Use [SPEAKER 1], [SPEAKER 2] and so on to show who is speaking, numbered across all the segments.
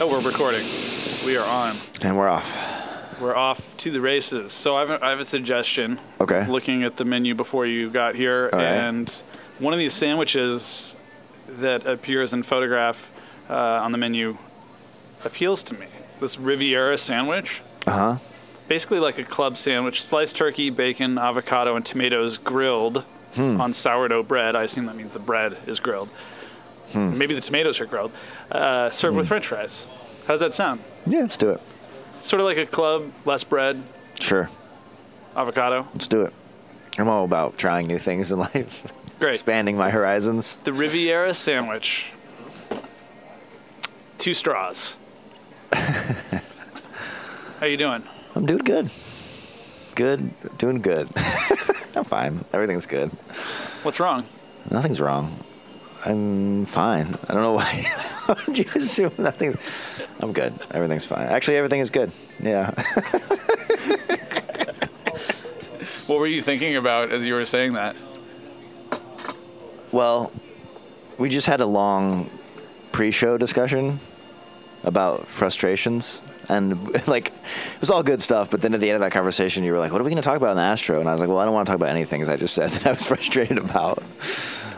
[SPEAKER 1] Oh, we're recording. We are on.
[SPEAKER 2] And we're off.
[SPEAKER 1] We're off to the races. So I have a, I have a suggestion.
[SPEAKER 2] Okay.
[SPEAKER 1] Looking at the menu before you got here,
[SPEAKER 2] All right.
[SPEAKER 1] and one of these sandwiches that appears in photograph uh, on the menu appeals to me. This Riviera sandwich,
[SPEAKER 2] Uh huh.
[SPEAKER 1] basically like a club sandwich, sliced turkey, bacon, avocado, and tomatoes grilled
[SPEAKER 2] Hmm.
[SPEAKER 1] on sourdough bread. I assume that means the bread is grilled.
[SPEAKER 2] Hmm.
[SPEAKER 1] Maybe the tomatoes are grilled. Uh, served with French fries. How does that sound?
[SPEAKER 2] Yeah, let's do it.
[SPEAKER 1] sort of like a club, less bread,
[SPEAKER 2] Sure.
[SPEAKER 1] avocado.
[SPEAKER 2] Let's do it. I'm all about trying new things in life,
[SPEAKER 1] Great.
[SPEAKER 2] expanding my horizons.
[SPEAKER 1] The Riviera sandwich. Two straws. How you doing?
[SPEAKER 2] I'm doing good. Good. Doing good. I'm fine. Everything's good.
[SPEAKER 1] What's wrong?
[SPEAKER 2] Nothing's wrong. I'm fine. I don't know why. why would you assume nothing's. I'm good. Everything's fine. Actually, everything is good. Yeah.
[SPEAKER 1] What were you thinking about as you were saying that?
[SPEAKER 2] Well, we just had a long pre-show discussion about frustrations and like it was all good stuff but then at the end of that conversation you were like what are we going to talk about in the astro and i was like well i don't want to talk about any things i just said that i was frustrated about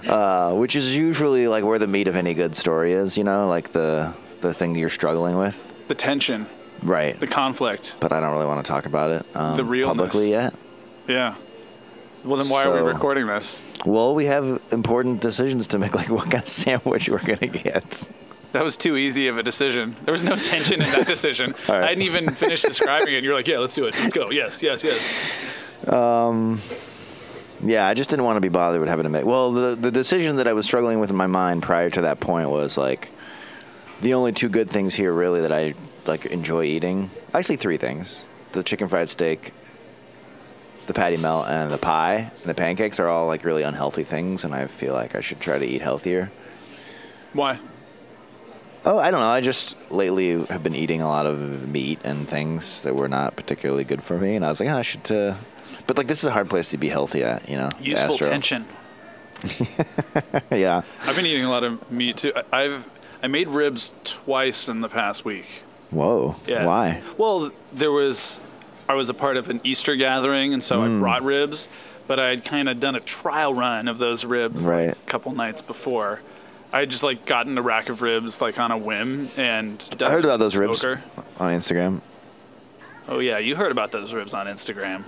[SPEAKER 2] uh, which is usually like where the meat of any good story is you know like the the thing you're struggling with
[SPEAKER 1] The tension,
[SPEAKER 2] right
[SPEAKER 1] the conflict.
[SPEAKER 2] but i don't really want to talk about it um,
[SPEAKER 1] The realness.
[SPEAKER 2] publicly yet
[SPEAKER 1] Yeah. Well, then why are
[SPEAKER 2] So-
[SPEAKER 1] we recording this?
[SPEAKER 2] well we have important decisions to make like what kind of sandwich we're going to get
[SPEAKER 1] That was too easy of a decision. There was no tension in that decision.
[SPEAKER 2] All right.
[SPEAKER 1] I didn't even finish describing it. You're like, yeah, let's do it. Let's go. Yes, yes, yes.
[SPEAKER 2] Yeah, I just didn't want to be bothered with having to make. Well, the the decision that I was struggling with in my mind prior to that point was like, the only two good things here really that I like enjoy eating. Actually, three things: the chicken fried steak, the patty melt, and the pie. And the pancakes are all like really unhealthy things, and I feel like I should try to eat healthier.
[SPEAKER 1] Why?
[SPEAKER 2] Oh, I don't know. I just lately have been eating a lot of meat and things that were not particularly good for me, and I was like, oh, I should. Uh... But like, this is a hard place to be healthy at, you know. the
[SPEAKER 1] Useful
[SPEAKER 2] Astro.
[SPEAKER 1] tension.
[SPEAKER 2] yeah.
[SPEAKER 1] I've been eating a lot of meat too. I- I've I made ribs twice in the past week.
[SPEAKER 2] Whoa.
[SPEAKER 1] Yeah.
[SPEAKER 2] Why?
[SPEAKER 1] Well, there was I was a part of an Easter gathering, and so
[SPEAKER 2] Mm.
[SPEAKER 1] I brought ribs, but I had kind of done a trial run of those ribs like,
[SPEAKER 2] Right.
[SPEAKER 1] a couple nights before. I had just like gotten a rack of ribs like on a whim and
[SPEAKER 2] I
[SPEAKER 1] done
[SPEAKER 2] heard
[SPEAKER 1] it
[SPEAKER 2] about those ribs
[SPEAKER 1] smoker.
[SPEAKER 2] on Instagram.
[SPEAKER 1] Oh yeah, you heard about those ribs on Instagram.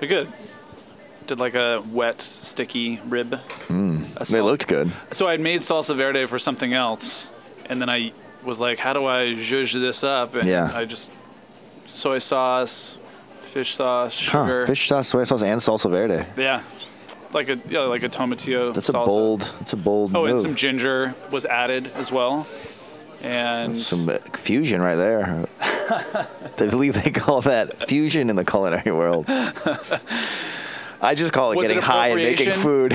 [SPEAKER 1] They're good. Did like a wet, sticky rib. A
[SPEAKER 2] They
[SPEAKER 1] salt-
[SPEAKER 2] looked good.
[SPEAKER 1] So I had made salsa verde for something else, and then I was like, "How do I zhuzh this up?" And
[SPEAKER 2] Yeah.
[SPEAKER 1] I just soy sauce, fish sauce,
[SPEAKER 2] Huh.
[SPEAKER 1] sugar.
[SPEAKER 2] Fish sauce, soy sauce, and salsa verde.
[SPEAKER 1] Yeah, like a yeah, like a tomatillo.
[SPEAKER 2] That's
[SPEAKER 1] salsa.
[SPEAKER 2] a bold. That's a bold
[SPEAKER 1] Oh,
[SPEAKER 2] move.
[SPEAKER 1] and some ginger was added as well, and
[SPEAKER 2] Some, uh, fusion right there. I believe they call that fusion in the culinary world. I just call it
[SPEAKER 1] Was it
[SPEAKER 2] getting high and making food.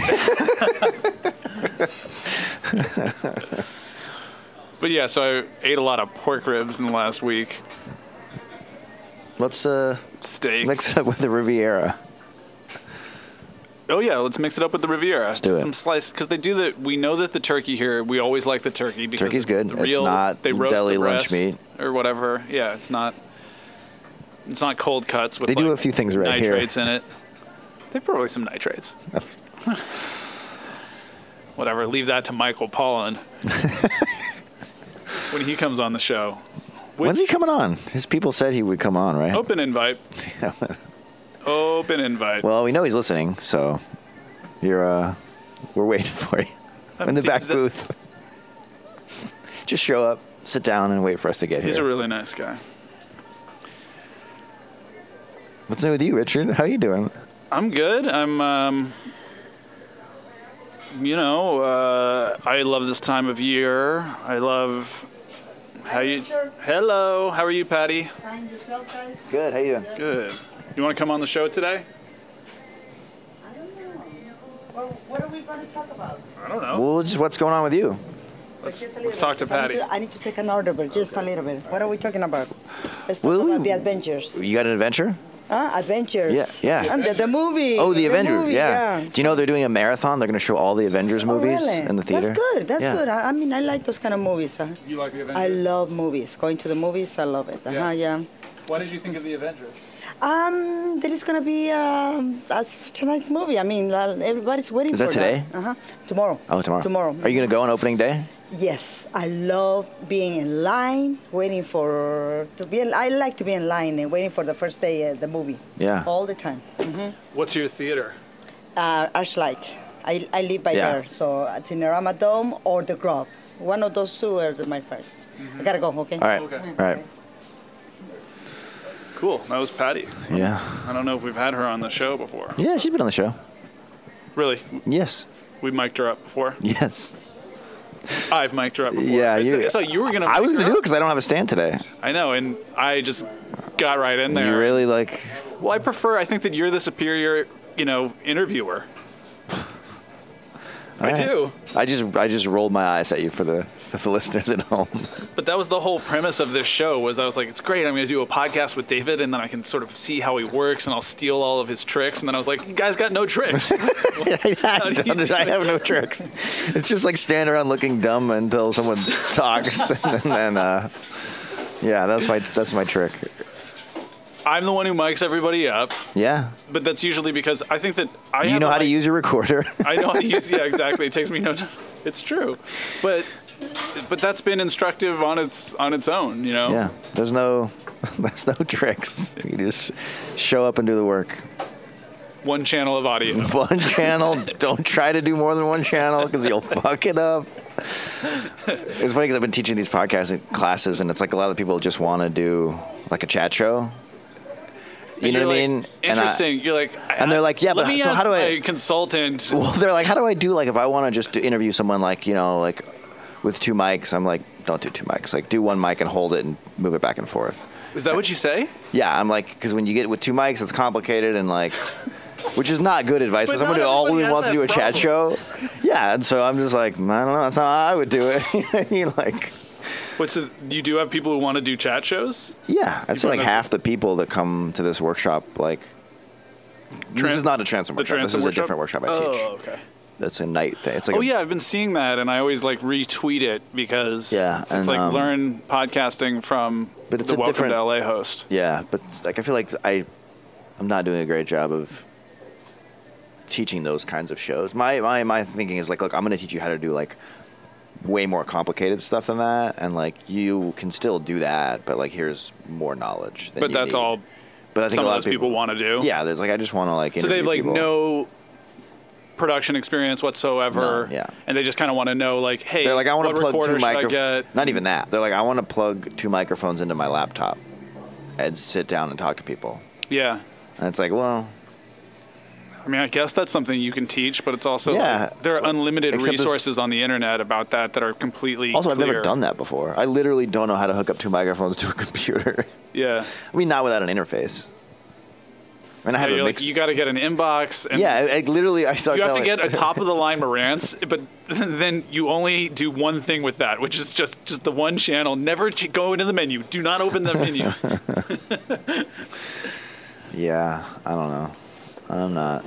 [SPEAKER 1] but yeah, so I ate a lot of pork ribs in the last week.
[SPEAKER 2] Let's uh,
[SPEAKER 1] Steak.
[SPEAKER 2] mix it up with the Riviera.
[SPEAKER 1] Oh yeah, let's mix it up with the Riviera. Let's
[SPEAKER 2] do it.
[SPEAKER 1] Some sliced because they do the. We know that the turkey here. We always like the turkey because
[SPEAKER 2] Turkey's
[SPEAKER 1] it's
[SPEAKER 2] good.
[SPEAKER 1] The
[SPEAKER 2] It's
[SPEAKER 1] real,
[SPEAKER 2] not
[SPEAKER 1] they roast
[SPEAKER 2] deli
[SPEAKER 1] the
[SPEAKER 2] lunch
[SPEAKER 1] breast
[SPEAKER 2] meat.
[SPEAKER 1] or whatever. Yeah, it's not. It's not cold cuts with.
[SPEAKER 2] They do
[SPEAKER 1] like,
[SPEAKER 2] a few things right here.
[SPEAKER 1] nitrates in it. They probably some nitrates. Whatever. Leave that to Michael Pollan when he comes on the show.
[SPEAKER 2] When's he coming on? His people said he would come on, right?
[SPEAKER 1] Open invite. Open invite.
[SPEAKER 2] Well, we know he's listening, so you're uh we're waiting for you
[SPEAKER 1] Um,
[SPEAKER 2] in the back
[SPEAKER 1] He's a-
[SPEAKER 2] booth. Just show up, sit down, and wait for us to get
[SPEAKER 1] He's
[SPEAKER 2] here.
[SPEAKER 1] a really nice guy.
[SPEAKER 2] What's new with you, Richard? How you doing?
[SPEAKER 1] I'm good. I'm, um, you know, uh, I love this time of year. I love how you.
[SPEAKER 3] Sure.
[SPEAKER 1] Hello, how are you, Patty?
[SPEAKER 3] Find yourself, guys.
[SPEAKER 2] Good. How you doing?
[SPEAKER 1] Good. You want to come on the show today?
[SPEAKER 3] I don't know. Well, what are we going to talk about?
[SPEAKER 1] I don't know.
[SPEAKER 2] Well, just what's going on with you?
[SPEAKER 3] Let's, just a
[SPEAKER 1] let's
[SPEAKER 3] little
[SPEAKER 1] talk to
[SPEAKER 3] because I need
[SPEAKER 1] Patty.
[SPEAKER 3] to- I need to take an order, but just a little bit. What are we talking about? Let's talk
[SPEAKER 2] Well,
[SPEAKER 3] about
[SPEAKER 2] we-
[SPEAKER 3] the adventures.
[SPEAKER 2] You got an adventure?
[SPEAKER 3] Huh? Adventures.
[SPEAKER 2] Yeah, yeah.
[SPEAKER 3] And the, the movie.
[SPEAKER 2] Oh, the, Avengers.
[SPEAKER 3] movie,
[SPEAKER 2] yeah. Do you know they're doing a marathon? They're going to show all the Avengers
[SPEAKER 3] Oh,
[SPEAKER 2] movies
[SPEAKER 3] really?
[SPEAKER 2] in the theater.
[SPEAKER 3] That's good. That's
[SPEAKER 2] Yeah.
[SPEAKER 3] good. I, I mean, I like those kind of movies. Huh?
[SPEAKER 1] You like the Avengers?
[SPEAKER 3] I love movies. Going to the movies, I love it.
[SPEAKER 1] Yeah.
[SPEAKER 3] Uh-huh, yeah.
[SPEAKER 1] What did you think of the Avengers?
[SPEAKER 3] Um, there is gonna be um, a such a nice movie. I mean, uh, everybody's waiting
[SPEAKER 2] Is that
[SPEAKER 3] for
[SPEAKER 2] today?
[SPEAKER 3] Uh huh. Tomorrow.
[SPEAKER 2] Oh, tomorrow.
[SPEAKER 3] Tomorrow.
[SPEAKER 2] Are you going to go on opening day?
[SPEAKER 3] Yes, I love being in line, waiting for to be. In, I like to be in line and waiting for the first day at the movie.
[SPEAKER 2] Yeah.
[SPEAKER 3] All the time. hmm
[SPEAKER 1] What's your theater?
[SPEAKER 3] Uh, Archlight. I I live by
[SPEAKER 2] Yeah.
[SPEAKER 3] there, so at Cinerama Dome or the Grove. One of those two are the- my 1st I gotta go. Okay.
[SPEAKER 2] All right.
[SPEAKER 1] Okay.
[SPEAKER 2] All right.
[SPEAKER 1] Cool. That was Patty.
[SPEAKER 2] Yeah.
[SPEAKER 1] I don't know if we've had her on the show before.
[SPEAKER 2] Yeah, she's been on the show.
[SPEAKER 1] Really,
[SPEAKER 2] Yes.
[SPEAKER 1] we mic'd her up before.
[SPEAKER 2] Yes.
[SPEAKER 1] I've mic'd her up before.
[SPEAKER 2] Yeah,
[SPEAKER 1] I
[SPEAKER 2] you-
[SPEAKER 1] said- I thought you were gonna.
[SPEAKER 2] I was
[SPEAKER 1] mic
[SPEAKER 2] going
[SPEAKER 1] her
[SPEAKER 2] to do it
[SPEAKER 1] up.
[SPEAKER 2] because I don't have a stand today.
[SPEAKER 1] I know, and I just got right in there.
[SPEAKER 2] You really like.
[SPEAKER 1] Well, I prefer. I think that you're the superior, you know, interviewer. I
[SPEAKER 2] All right.
[SPEAKER 1] do.
[SPEAKER 2] I just I just rolled my eyes at you for the for the listeners at home.
[SPEAKER 1] But that was the whole premise of this show. Was I was like, it's great. I'm going to do a podcast with David, and then I can sort of see how he works, and I'll steal all of his tricks. And then I was like, you guys got no tricks.
[SPEAKER 2] I,
[SPEAKER 1] do you
[SPEAKER 2] don't-
[SPEAKER 1] do
[SPEAKER 2] I have no tricks. It's just like stand around looking dumb until someone talks, and then uh, yeah, that's my that's my trick.
[SPEAKER 1] I'm the one who mics everybody up,
[SPEAKER 2] Yeah,
[SPEAKER 1] but that's usually because I think that I
[SPEAKER 2] you
[SPEAKER 1] have
[SPEAKER 2] know
[SPEAKER 1] a
[SPEAKER 2] how to
[SPEAKER 1] mic-
[SPEAKER 2] use your recorder.
[SPEAKER 1] I know how to use. Yeah, exactly. It takes me no. time. It's true, but but that's been instructive on its on its own. You know.
[SPEAKER 2] yeah, there's no there's no tricks. You just show up and do the work.
[SPEAKER 1] One channel of audio.
[SPEAKER 2] One channel. Don't try to do more than one channel because you'll fuck it up. It's funny because I've been teaching these podcasting classes, and it's like a lot of people just want to do like a chat show. You
[SPEAKER 1] And
[SPEAKER 2] know
[SPEAKER 1] you're
[SPEAKER 2] what I
[SPEAKER 1] like,
[SPEAKER 2] mean? And I-
[SPEAKER 1] Interesting. you're like,
[SPEAKER 2] and they're like, yeah,
[SPEAKER 1] let
[SPEAKER 2] but
[SPEAKER 1] me
[SPEAKER 2] so
[SPEAKER 1] ask
[SPEAKER 2] how do I-
[SPEAKER 1] my consultant?
[SPEAKER 2] Well, they're like, how do I do like if I want to just do- interview someone like you know like with two mics? I'm like, don't do two mics. Like do one mic and hold it and move it back and forth.
[SPEAKER 1] Is that what you say?
[SPEAKER 2] Yeah, I'm like because when you get with two mics, it's complicated and like, which is not good advice for
[SPEAKER 1] But
[SPEAKER 2] someone
[SPEAKER 1] not
[SPEAKER 2] who
[SPEAKER 1] everybody
[SPEAKER 2] always
[SPEAKER 1] has
[SPEAKER 2] wants to do a
[SPEAKER 1] that
[SPEAKER 2] chat show. Yeah, and so I'm just like, I don't know, that's not how I would do it. You know, like,
[SPEAKER 1] What's the, you do have people who want to do chat shows?
[SPEAKER 2] yeah, I'd say
[SPEAKER 1] don't
[SPEAKER 2] like
[SPEAKER 1] know-
[SPEAKER 2] half the people that come to this workshop like.
[SPEAKER 1] Tran-
[SPEAKER 2] this is not a transom
[SPEAKER 1] The
[SPEAKER 2] workshop. this
[SPEAKER 1] transom
[SPEAKER 2] is a different workshop I teach.
[SPEAKER 1] Oh, okay.
[SPEAKER 2] That's a night thing. It's like
[SPEAKER 1] Oh
[SPEAKER 2] a-
[SPEAKER 1] yeah, I've been seeing that, and I always like retweet it because
[SPEAKER 2] Yeah,
[SPEAKER 1] it's
[SPEAKER 2] and,
[SPEAKER 1] like
[SPEAKER 2] um,
[SPEAKER 1] learn podcasting from
[SPEAKER 2] but it's
[SPEAKER 1] the
[SPEAKER 2] a
[SPEAKER 1] Welcome
[SPEAKER 2] different-
[SPEAKER 1] to LA host.
[SPEAKER 2] Yeah, but like I feel like I, I'm not doing a great job of teaching those kinds of shows. My my my thinking is like, look, I'm going to teach you how to do like way more complicated stuff than that, and like you can still do that, but like here's more knowledge. Than
[SPEAKER 1] But
[SPEAKER 2] you
[SPEAKER 1] that's
[SPEAKER 2] need.
[SPEAKER 1] all
[SPEAKER 2] But I think
[SPEAKER 1] some
[SPEAKER 2] a
[SPEAKER 1] of
[SPEAKER 2] lot
[SPEAKER 1] those people, want to do.
[SPEAKER 2] Yeah, there's like I just want to like.
[SPEAKER 1] So they have
[SPEAKER 2] interview
[SPEAKER 1] like
[SPEAKER 2] people.
[SPEAKER 1] no production experience whatsoever.
[SPEAKER 2] None, yeah.
[SPEAKER 1] And they just kind of want to know like, hey,
[SPEAKER 2] They're like, I want
[SPEAKER 1] what
[SPEAKER 2] to plug
[SPEAKER 1] recorder
[SPEAKER 2] two
[SPEAKER 1] should I
[SPEAKER 2] microphones.
[SPEAKER 1] get?
[SPEAKER 2] Not even that. They're like, I want to plug two microphones into my laptop, and sit down and talk to people.
[SPEAKER 1] Yeah.
[SPEAKER 2] And it's like, well,
[SPEAKER 1] I mean, I guess that's something you can teach, but it's also
[SPEAKER 2] Yeah.
[SPEAKER 1] like, there are unlimited
[SPEAKER 2] Except it's-
[SPEAKER 1] resources on the internet about that that are completely.
[SPEAKER 2] Also, I've never
[SPEAKER 1] clear.
[SPEAKER 2] done that before. I literally don't know how to hook up two microphones to a computer.
[SPEAKER 1] Yeah,
[SPEAKER 2] I mean, not without an interface. I mean,
[SPEAKER 1] Yeah,
[SPEAKER 2] I have
[SPEAKER 1] Oh, you're
[SPEAKER 2] a
[SPEAKER 1] like,
[SPEAKER 2] mix.
[SPEAKER 1] you got to get an inbox. And
[SPEAKER 2] yeah, I, I literally I saw.
[SPEAKER 1] you have to
[SPEAKER 2] Kelly-
[SPEAKER 1] get a top of the line Marantz, but then you only do one thing with that, which is just just the one channel. Never ch- go into the menu. Do not open the menu.
[SPEAKER 2] Yeah, I don't know. I'm not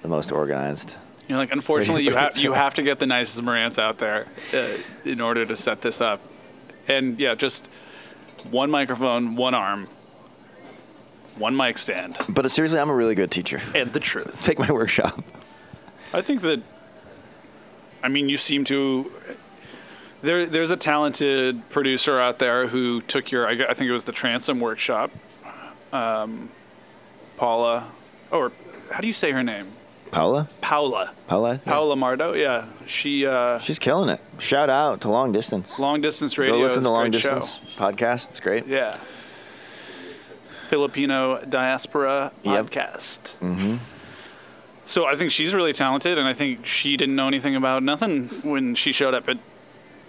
[SPEAKER 2] the most organized.
[SPEAKER 1] You're like, unfortunately, you
[SPEAKER 2] Right,
[SPEAKER 1] have you
[SPEAKER 2] so-
[SPEAKER 1] have to get the nicest Marantz out there uh, in order to set this up, and yeah, just one microphone, one arm, one mic stand,
[SPEAKER 2] But seriously, I'm a really good teacher.
[SPEAKER 1] and the truth.
[SPEAKER 2] Take my workshop.
[SPEAKER 1] I think that. I mean, you seem to. There, there's a talented producer out there who took your. I, gu- I think it was the Transom Workshop. Um, Paula, or how do you say her name?
[SPEAKER 2] Paula,
[SPEAKER 1] Paula.
[SPEAKER 2] Paula, Yeah.
[SPEAKER 1] Paula Mardo. Yeah, she. Uh,
[SPEAKER 2] She's killing it. Shout out to Long Distance.
[SPEAKER 1] long distance radio.
[SPEAKER 2] Go
[SPEAKER 1] is
[SPEAKER 2] listen
[SPEAKER 1] a
[SPEAKER 2] to Long
[SPEAKER 1] great show.
[SPEAKER 2] Distance podcast. It's great.
[SPEAKER 1] Yeah. Filipino diaspora
[SPEAKER 2] Yep.
[SPEAKER 1] podcast. Mm-hmm. So I think she's really talented, and I think she didn't know anything about nothing when she showed up at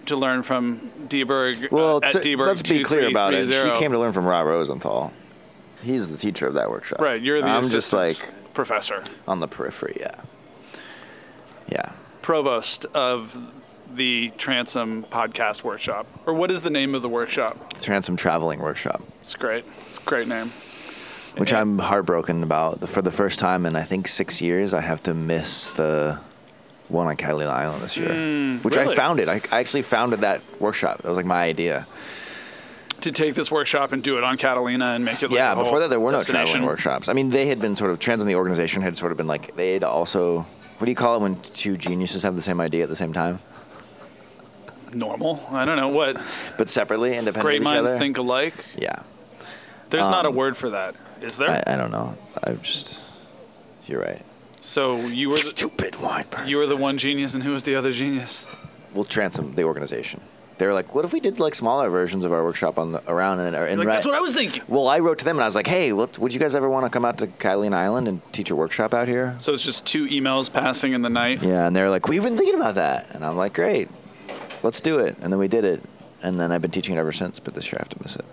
[SPEAKER 1] to learn from Deberg.
[SPEAKER 2] Well,
[SPEAKER 1] uh, at
[SPEAKER 2] t-
[SPEAKER 1] Deberg
[SPEAKER 2] let's be clear about it. She
[SPEAKER 1] 2330.
[SPEAKER 2] came to learn from Rob Rosenthal. He's the teacher of that workshop.
[SPEAKER 1] Right, you're the
[SPEAKER 2] I'm just
[SPEAKER 1] assistant
[SPEAKER 2] like
[SPEAKER 1] professor,
[SPEAKER 2] on the periphery. Yeah. Yeah.
[SPEAKER 1] provost of the Transom Podcast Workshop, or what is the name of the workshop?
[SPEAKER 2] Transom traveling workshop.
[SPEAKER 1] It's great. It's a great name.
[SPEAKER 2] which I'm heartbroken about. For the first time in I think six years, I have to miss the one on Catalina Island this year, which I
[SPEAKER 1] Hmm, really?
[SPEAKER 2] founded. I, I actually founded that workshop. That was like my idea.
[SPEAKER 1] to take this workshop and do it on Catalina and make it. Like
[SPEAKER 2] yeah,
[SPEAKER 1] a whole
[SPEAKER 2] before that there were no
[SPEAKER 1] destination.
[SPEAKER 2] traveling workshops. I mean, they had been sort of Transam the organization had sort of been like they had also what do you call it when two geniuses have the same idea at the same time
[SPEAKER 1] Normal. I don't know what.
[SPEAKER 2] but separately, independent
[SPEAKER 1] Great
[SPEAKER 2] of each
[SPEAKER 1] minds
[SPEAKER 2] other?
[SPEAKER 1] think alike.
[SPEAKER 2] Yeah,
[SPEAKER 1] There's not a word for that, is there?
[SPEAKER 2] I, I don't know. I just you're right.
[SPEAKER 1] so you were the,
[SPEAKER 2] Stupid Weinberg.
[SPEAKER 1] you were the one genius, and who was the other genius?
[SPEAKER 2] we'll transom the organization. They were like, "What if we did like smaller versions of our workshop on the, around and, and
[SPEAKER 1] Like
[SPEAKER 2] right-
[SPEAKER 1] that's what I was thinking.
[SPEAKER 2] Well, I wrote to them and I was like, "Hey, what, would you guys ever want to come out to Catalina Island and teach a workshop out here?"
[SPEAKER 1] So it's just two emails passing in the night.
[SPEAKER 2] Yeah, and they're like, "We've been thinking about that," and I'm like, "Great, let's do it." And then we did it, and then I've been teaching it ever since. But this year I have to miss it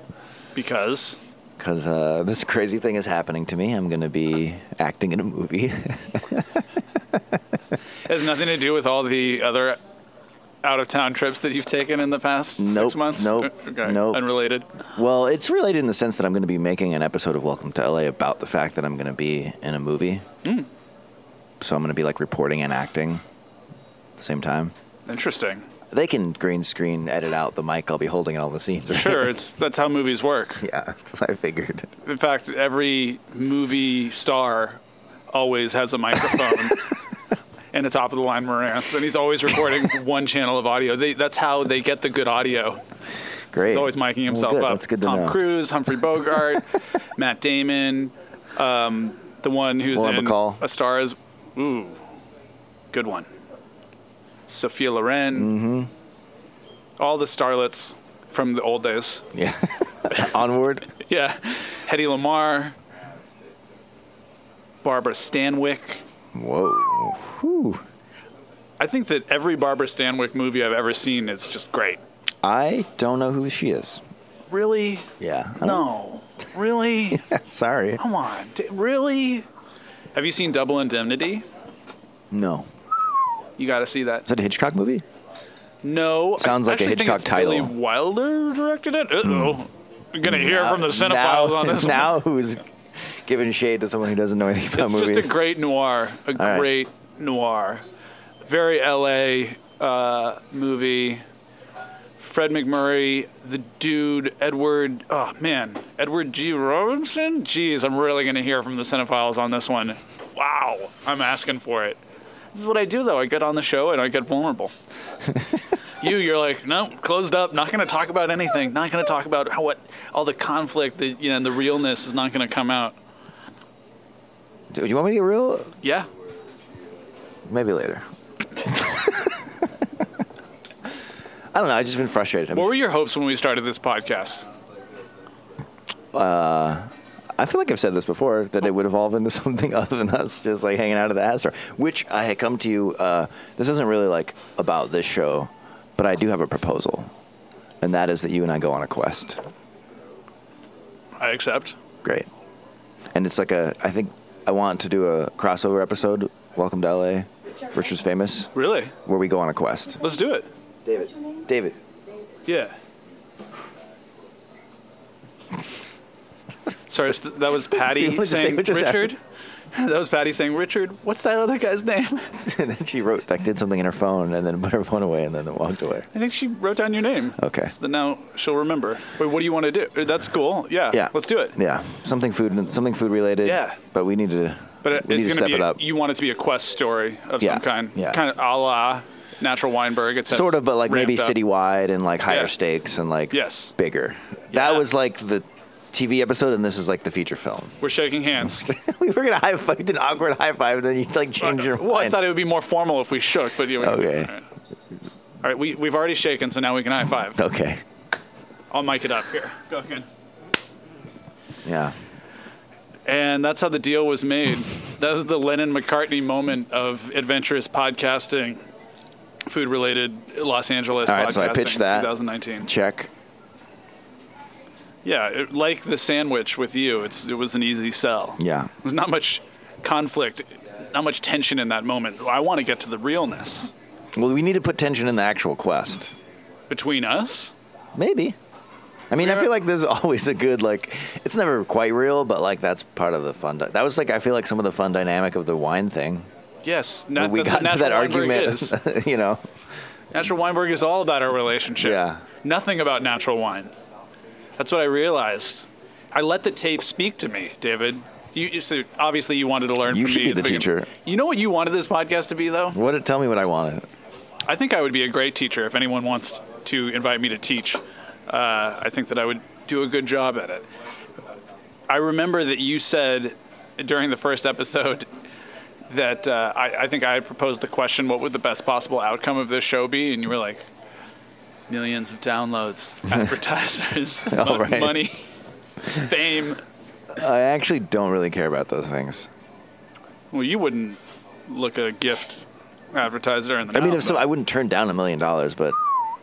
[SPEAKER 1] Because
[SPEAKER 2] because uh, this crazy thing is happening to me. I'm going to be acting in a movie.
[SPEAKER 1] it has nothing to do with all the other out of town trips that you've taken in the past
[SPEAKER 2] Nope,
[SPEAKER 1] six months.
[SPEAKER 2] nope,
[SPEAKER 1] Okay.
[SPEAKER 2] nope.
[SPEAKER 1] Unrelated.
[SPEAKER 2] well, it's related in the sense that I'm going to be making an episode of Welcome to LA about the fact that I'm going to be in a movie.
[SPEAKER 1] Mm.
[SPEAKER 2] So I'm going to be like reporting and acting at the same time.
[SPEAKER 1] Interesting.
[SPEAKER 2] They can green screen edit out the mic I'll be holding in all the scenes. right?
[SPEAKER 1] Sure, it's that's how movies work.
[SPEAKER 2] yeah, that's what I figured.
[SPEAKER 1] In fact, every movie star always has a microphone and a top of the line Marantz, and he's always recording one channel of audio. They, that's how they get the good audio.
[SPEAKER 2] Great.
[SPEAKER 1] He's always miking himself
[SPEAKER 2] well, good.
[SPEAKER 1] up.
[SPEAKER 2] That's good to
[SPEAKER 1] Tom
[SPEAKER 2] know.
[SPEAKER 1] Cruise, Humphrey Bogart, Matt Damon, um, the one who's
[SPEAKER 2] Lauren
[SPEAKER 1] in
[SPEAKER 2] Bacall.
[SPEAKER 1] A Star Is Ooh, good one. Sophia Loren. Mm-hmm. All the starlets from the old days.
[SPEAKER 2] Yeah. Onward.
[SPEAKER 1] Yeah, Hedy Lamar, Barbara Stanwyck.
[SPEAKER 2] Whoa. Whew.
[SPEAKER 1] I think that every Barbara Stanwyck movie I've ever seen is just great.
[SPEAKER 2] I don't know who she is.
[SPEAKER 1] Really?
[SPEAKER 2] Yeah. I don't-
[SPEAKER 1] No. Really?
[SPEAKER 2] Sorry.
[SPEAKER 1] Come on. D- Really? Have you seen Double Indemnity?
[SPEAKER 2] No.
[SPEAKER 1] You got to see that.
[SPEAKER 2] Is that a Hitchcock movie?
[SPEAKER 1] No. I
[SPEAKER 2] Sounds like a
[SPEAKER 1] actually think
[SPEAKER 2] Hitchcock
[SPEAKER 1] it's Billy
[SPEAKER 2] title. Hmm.
[SPEAKER 1] Wilder directed it. Uh oh. You're gonna hear
[SPEAKER 2] Now-
[SPEAKER 1] from the cinephiles
[SPEAKER 2] now,
[SPEAKER 1] on this. one.
[SPEAKER 2] Now who's giving shade to someone who doesn't know anything about
[SPEAKER 1] It's
[SPEAKER 2] movies?
[SPEAKER 1] just a great noir, a
[SPEAKER 2] right.
[SPEAKER 1] great noir, very L.A. Uh, movie. Fred McMurray, the dude, Edward. Oh man, Edward G. Robinson. Jeez, I'm really gonna hear from the cinephiles on this one. Wow, I'm asking for it. This is what I do though. I get on the show and I get vulnerable. you, you're like, no, closed up. Not gonna talk about anything. Not gonna talk about how what all the conflict, the you know, the realness is not gonna come out.
[SPEAKER 2] Do you want me to get real?
[SPEAKER 1] Yeah,
[SPEAKER 2] Maybe later. I don't know. I've just been frustrated. I'm
[SPEAKER 1] What were your hopes when we started this podcast?
[SPEAKER 2] I feel like I've said this before that it would evolve into something other than us just like hanging out at the Astor, which I had come to you. Uh, this isn't really like about this show, but I do have a proposal, and that is that you and I go on a quest.
[SPEAKER 1] I accept.
[SPEAKER 2] Great, and it's like a. I think I want to do a crossover episode. Welcome to LA, Richard's famous,
[SPEAKER 1] Really?
[SPEAKER 2] where we go on a quest.
[SPEAKER 1] Let's do it.
[SPEAKER 2] David, David,
[SPEAKER 1] Yeah. Sorry, s- that was
[SPEAKER 2] Let's see
[SPEAKER 1] Patty
[SPEAKER 2] what
[SPEAKER 1] saying
[SPEAKER 2] just happened.
[SPEAKER 1] Richard. That was Patty saying Richard. What's that other guy's name?
[SPEAKER 2] and then she wrote like did something in her phone and then put her phone away and then walked away.
[SPEAKER 1] I think she wrote down your name.
[SPEAKER 2] Okay.
[SPEAKER 1] So that now she'll remember. Wait, what do you want to do? Uh, That's cool. Yeah.
[SPEAKER 2] Yeah,
[SPEAKER 1] Let's do it.
[SPEAKER 2] Yeah, something food, something food related.
[SPEAKER 1] Yeah.
[SPEAKER 2] but we need to.
[SPEAKER 1] But it-
[SPEAKER 2] we need
[SPEAKER 1] it's
[SPEAKER 2] to
[SPEAKER 1] going
[SPEAKER 2] step
[SPEAKER 1] be.
[SPEAKER 2] it up.
[SPEAKER 1] You want it to be a quest story of
[SPEAKER 2] Yeah,
[SPEAKER 1] some kind.
[SPEAKER 2] yeah.
[SPEAKER 1] Kind of a la Natural Weinberg. It's
[SPEAKER 2] sort of, but like maybe
[SPEAKER 1] ramped up.
[SPEAKER 2] citywide and like higher
[SPEAKER 1] Yeah.
[SPEAKER 2] stakes and like
[SPEAKER 1] Yes.
[SPEAKER 2] bigger.
[SPEAKER 1] Yeah.
[SPEAKER 2] That was like the TV episode, and this is like the feature film.
[SPEAKER 1] We're shaking hands.
[SPEAKER 2] we were gonna high five, did an awkward high five, and then you like change your
[SPEAKER 1] Well, I
[SPEAKER 2] mind.
[SPEAKER 1] thought it would be more formal if we shook, but you. All
[SPEAKER 2] Okay.
[SPEAKER 1] right, All right, we we've already shaken, so now we can high five.
[SPEAKER 2] okay,
[SPEAKER 1] I'll mic it up here. Go again.
[SPEAKER 2] yeah,
[SPEAKER 1] And that's how the deal was made. that was the Lennon McCartney moment of adventurous podcasting, food related Los Angeles.
[SPEAKER 2] All right, so I
[SPEAKER 1] podcasting,
[SPEAKER 2] pitched that.
[SPEAKER 1] 2019.
[SPEAKER 2] check.
[SPEAKER 1] Yeah, it, like the sandwich with you, it's it was an easy sell.
[SPEAKER 2] Yeah,
[SPEAKER 1] There's not much conflict, not much tension in that moment. I want to get to the realness
[SPEAKER 2] well, we need to put tension in the actual quest.
[SPEAKER 1] between us.
[SPEAKER 2] Maybe I mean,
[SPEAKER 1] We
[SPEAKER 2] I
[SPEAKER 1] were-
[SPEAKER 2] feel like there's always a good like. It's never quite real, but like that's part of the fun. Di- that was like I feel like some of the fun dynamic of the wine thing.
[SPEAKER 1] Yes,
[SPEAKER 2] When
[SPEAKER 1] na-
[SPEAKER 2] we
[SPEAKER 1] that's
[SPEAKER 2] got
[SPEAKER 1] what
[SPEAKER 2] into that
[SPEAKER 1] natural Weinberg
[SPEAKER 2] argument,
[SPEAKER 1] is.
[SPEAKER 2] you know.
[SPEAKER 1] Natural Weinberg is all about our relationship.
[SPEAKER 2] Yeah.
[SPEAKER 1] Nothing about natural wine. That's what I realized. I let the tape speak to me, David. You, you so obviously you wanted to learn.
[SPEAKER 2] You
[SPEAKER 1] from
[SPEAKER 2] should
[SPEAKER 1] me
[SPEAKER 2] be
[SPEAKER 1] at
[SPEAKER 2] the
[SPEAKER 1] beginning.
[SPEAKER 2] teacher.
[SPEAKER 1] You know what you wanted this podcast to be, though.
[SPEAKER 2] What? Tell me what I wanted.
[SPEAKER 1] I think I would be a great teacher if anyone wants to invite me to teach. Uh, I think that I would do a good job at it. I remember that you said during the first episode that uh, I, I think I had proposed the question, "What would the best possible outcome of this show be?" And you were like, "Millions of downloads, advertisers,
[SPEAKER 2] All
[SPEAKER 1] mon-
[SPEAKER 2] right.
[SPEAKER 1] money, fame."
[SPEAKER 2] I actually don't really care about those things.
[SPEAKER 1] Well, you wouldn't look a gift advertiser in the
[SPEAKER 2] I mean,
[SPEAKER 1] mouth,
[SPEAKER 2] if so,
[SPEAKER 1] but
[SPEAKER 2] I wouldn't turn down a million dollars, but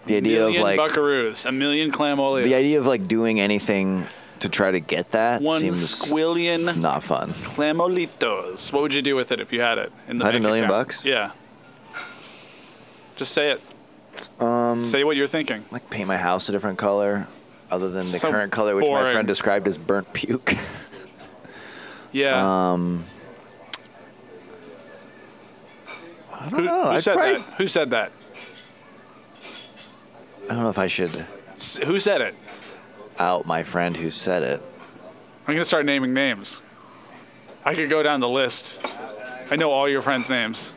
[SPEAKER 2] the idea of
[SPEAKER 1] million
[SPEAKER 2] like
[SPEAKER 1] buckaroos, a million clam oleos.
[SPEAKER 2] the idea of like doing anything to try to get that
[SPEAKER 1] one
[SPEAKER 2] seems
[SPEAKER 1] squillion
[SPEAKER 2] not fun.
[SPEAKER 1] clamolitos. What would you do with it if you had it? In the
[SPEAKER 2] I had a
[SPEAKER 1] bank
[SPEAKER 2] million
[SPEAKER 1] account?
[SPEAKER 2] bucks?
[SPEAKER 1] Yeah. Just say it.
[SPEAKER 2] Um,
[SPEAKER 1] Say what you're thinking.
[SPEAKER 2] like paint my house a different color other than the
[SPEAKER 1] So
[SPEAKER 2] current color, which my
[SPEAKER 1] boring.
[SPEAKER 2] friend described as burnt puke.
[SPEAKER 1] Yeah.
[SPEAKER 2] Um, I don't
[SPEAKER 1] who,
[SPEAKER 2] know.
[SPEAKER 1] who
[SPEAKER 2] I'd
[SPEAKER 1] said
[SPEAKER 2] probably-
[SPEAKER 1] that? Who said that?
[SPEAKER 2] I don't know if I should
[SPEAKER 1] S- Who said it?
[SPEAKER 2] out my friend who said it.
[SPEAKER 1] I'm gonna start naming names. I could go down the list. I know all your friends' names.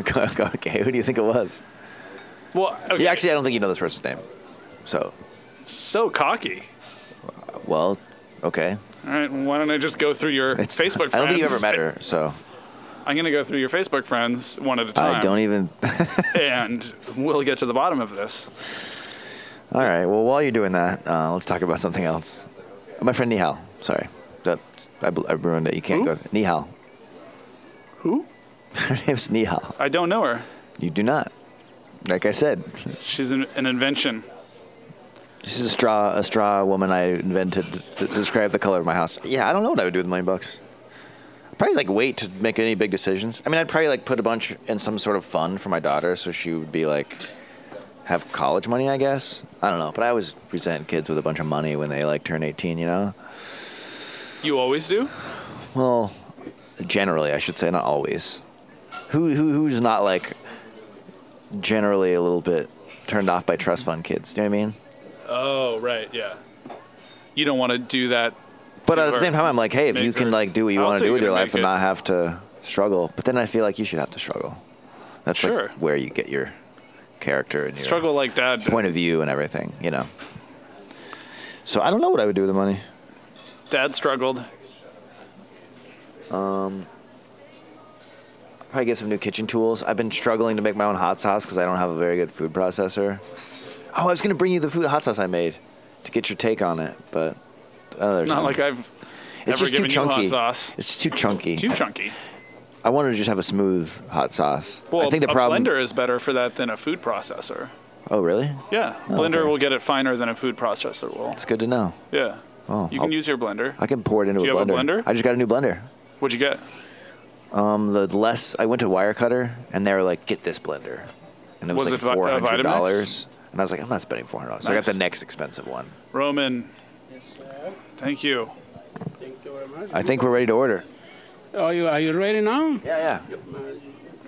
[SPEAKER 2] okay, who do you think it was?
[SPEAKER 1] Well, okay.
[SPEAKER 2] Yeah, actually, I don't think you know this person's name. So,
[SPEAKER 1] so cocky.
[SPEAKER 2] well, okay.
[SPEAKER 1] All right, well, why don't I just go through your
[SPEAKER 2] It's,
[SPEAKER 1] Facebook friends?
[SPEAKER 2] I don't think you ever met her, so
[SPEAKER 1] I'm gonna go through your Facebook friends one at a time.
[SPEAKER 2] I don't e- even.
[SPEAKER 1] And we'll get to the bottom of this.
[SPEAKER 2] All right. Well, while you're doing that, uh, let's talk about something else. My friend Nihal. Sorry, that I, bl- I ruined it. You can't
[SPEAKER 1] Who?
[SPEAKER 2] go. Nihal.
[SPEAKER 1] Who?
[SPEAKER 2] Her name's Nihal.
[SPEAKER 1] I don't know her.
[SPEAKER 2] You do not. Like I said,
[SPEAKER 1] She's an, an invention.
[SPEAKER 2] she's a straw a straw woman I invented to, to describe the color of my house. Yeah, I don't know what I would do with a million bucks. Probably like wait to make any big decisions. I mean, I'd probably like put a bunch in some sort of fund for my daughter, so she would be like have college money, I guess. I don't know, but I always present kids with a bunch of money when they like turn 18, you know.
[SPEAKER 1] You always do?
[SPEAKER 2] Well, generally, I should say, not always. Who, who who's not like generally a little bit turned off by trust fund kids? Do you know what I mean?
[SPEAKER 1] Oh, right, yeah. You don't want to do that.
[SPEAKER 2] But at
[SPEAKER 1] Or
[SPEAKER 2] the same time, I'm like, hey, if
[SPEAKER 1] make
[SPEAKER 2] you can
[SPEAKER 1] her-
[SPEAKER 2] like do what you
[SPEAKER 1] I'll
[SPEAKER 2] want to
[SPEAKER 1] take
[SPEAKER 2] do with
[SPEAKER 1] it
[SPEAKER 2] your
[SPEAKER 1] and
[SPEAKER 2] life
[SPEAKER 1] make
[SPEAKER 2] and
[SPEAKER 1] it.
[SPEAKER 2] not have to struggle, but then I feel like you should have to struggle. That's
[SPEAKER 1] Sure.
[SPEAKER 2] like where you get your character and your
[SPEAKER 1] Struggle like dad. did.
[SPEAKER 2] point of view and everything, you know. So I don't know what I would do with the money.
[SPEAKER 1] Dad struggled.
[SPEAKER 2] Probably get some new kitchen tools. I've been struggling to make my own hot sauce because I don't have a very good food processor. Oh, I was gonna bring you the food hot sauce I made to get your take on it, but another
[SPEAKER 1] Not
[SPEAKER 2] time.
[SPEAKER 1] like I've
[SPEAKER 2] it's
[SPEAKER 1] ever
[SPEAKER 2] just too
[SPEAKER 1] given you hot
[SPEAKER 2] chunky.
[SPEAKER 1] sauce.
[SPEAKER 2] It's too chunky.
[SPEAKER 1] Too chunky.
[SPEAKER 2] I wanted to just have a smooth hot sauce.
[SPEAKER 1] Well,
[SPEAKER 2] I think the
[SPEAKER 1] a
[SPEAKER 2] problem.
[SPEAKER 1] blender is better for that than a food processor.
[SPEAKER 2] Oh, really?
[SPEAKER 1] Yeah,
[SPEAKER 2] Oh,
[SPEAKER 1] blender
[SPEAKER 2] okay.
[SPEAKER 1] will get it finer than a food processor will.
[SPEAKER 2] It's good to know.
[SPEAKER 1] Yeah.
[SPEAKER 2] Oh,
[SPEAKER 1] you
[SPEAKER 2] I'll-
[SPEAKER 1] can use your blender.
[SPEAKER 2] I can pour it into
[SPEAKER 1] Do
[SPEAKER 2] a
[SPEAKER 1] you have a
[SPEAKER 2] blender.
[SPEAKER 1] blender?
[SPEAKER 2] I just got a new blender.
[SPEAKER 1] What'd you get?
[SPEAKER 2] Um, the less I went to Wirecutter and they were like, "Get this blender," and it was,
[SPEAKER 1] Was
[SPEAKER 2] like
[SPEAKER 1] it vi-
[SPEAKER 2] four
[SPEAKER 1] uh,
[SPEAKER 2] hundred
[SPEAKER 1] Vitamix?
[SPEAKER 2] dollars. And I was like, "I'm not spending four hundred dollars." So I got
[SPEAKER 1] Nice.
[SPEAKER 2] the next expensive one.
[SPEAKER 1] Roman. Thank you.
[SPEAKER 4] Thank you very much.
[SPEAKER 2] I think we're ready to order.
[SPEAKER 4] Are you are you ready now?
[SPEAKER 2] Yeah, yeah.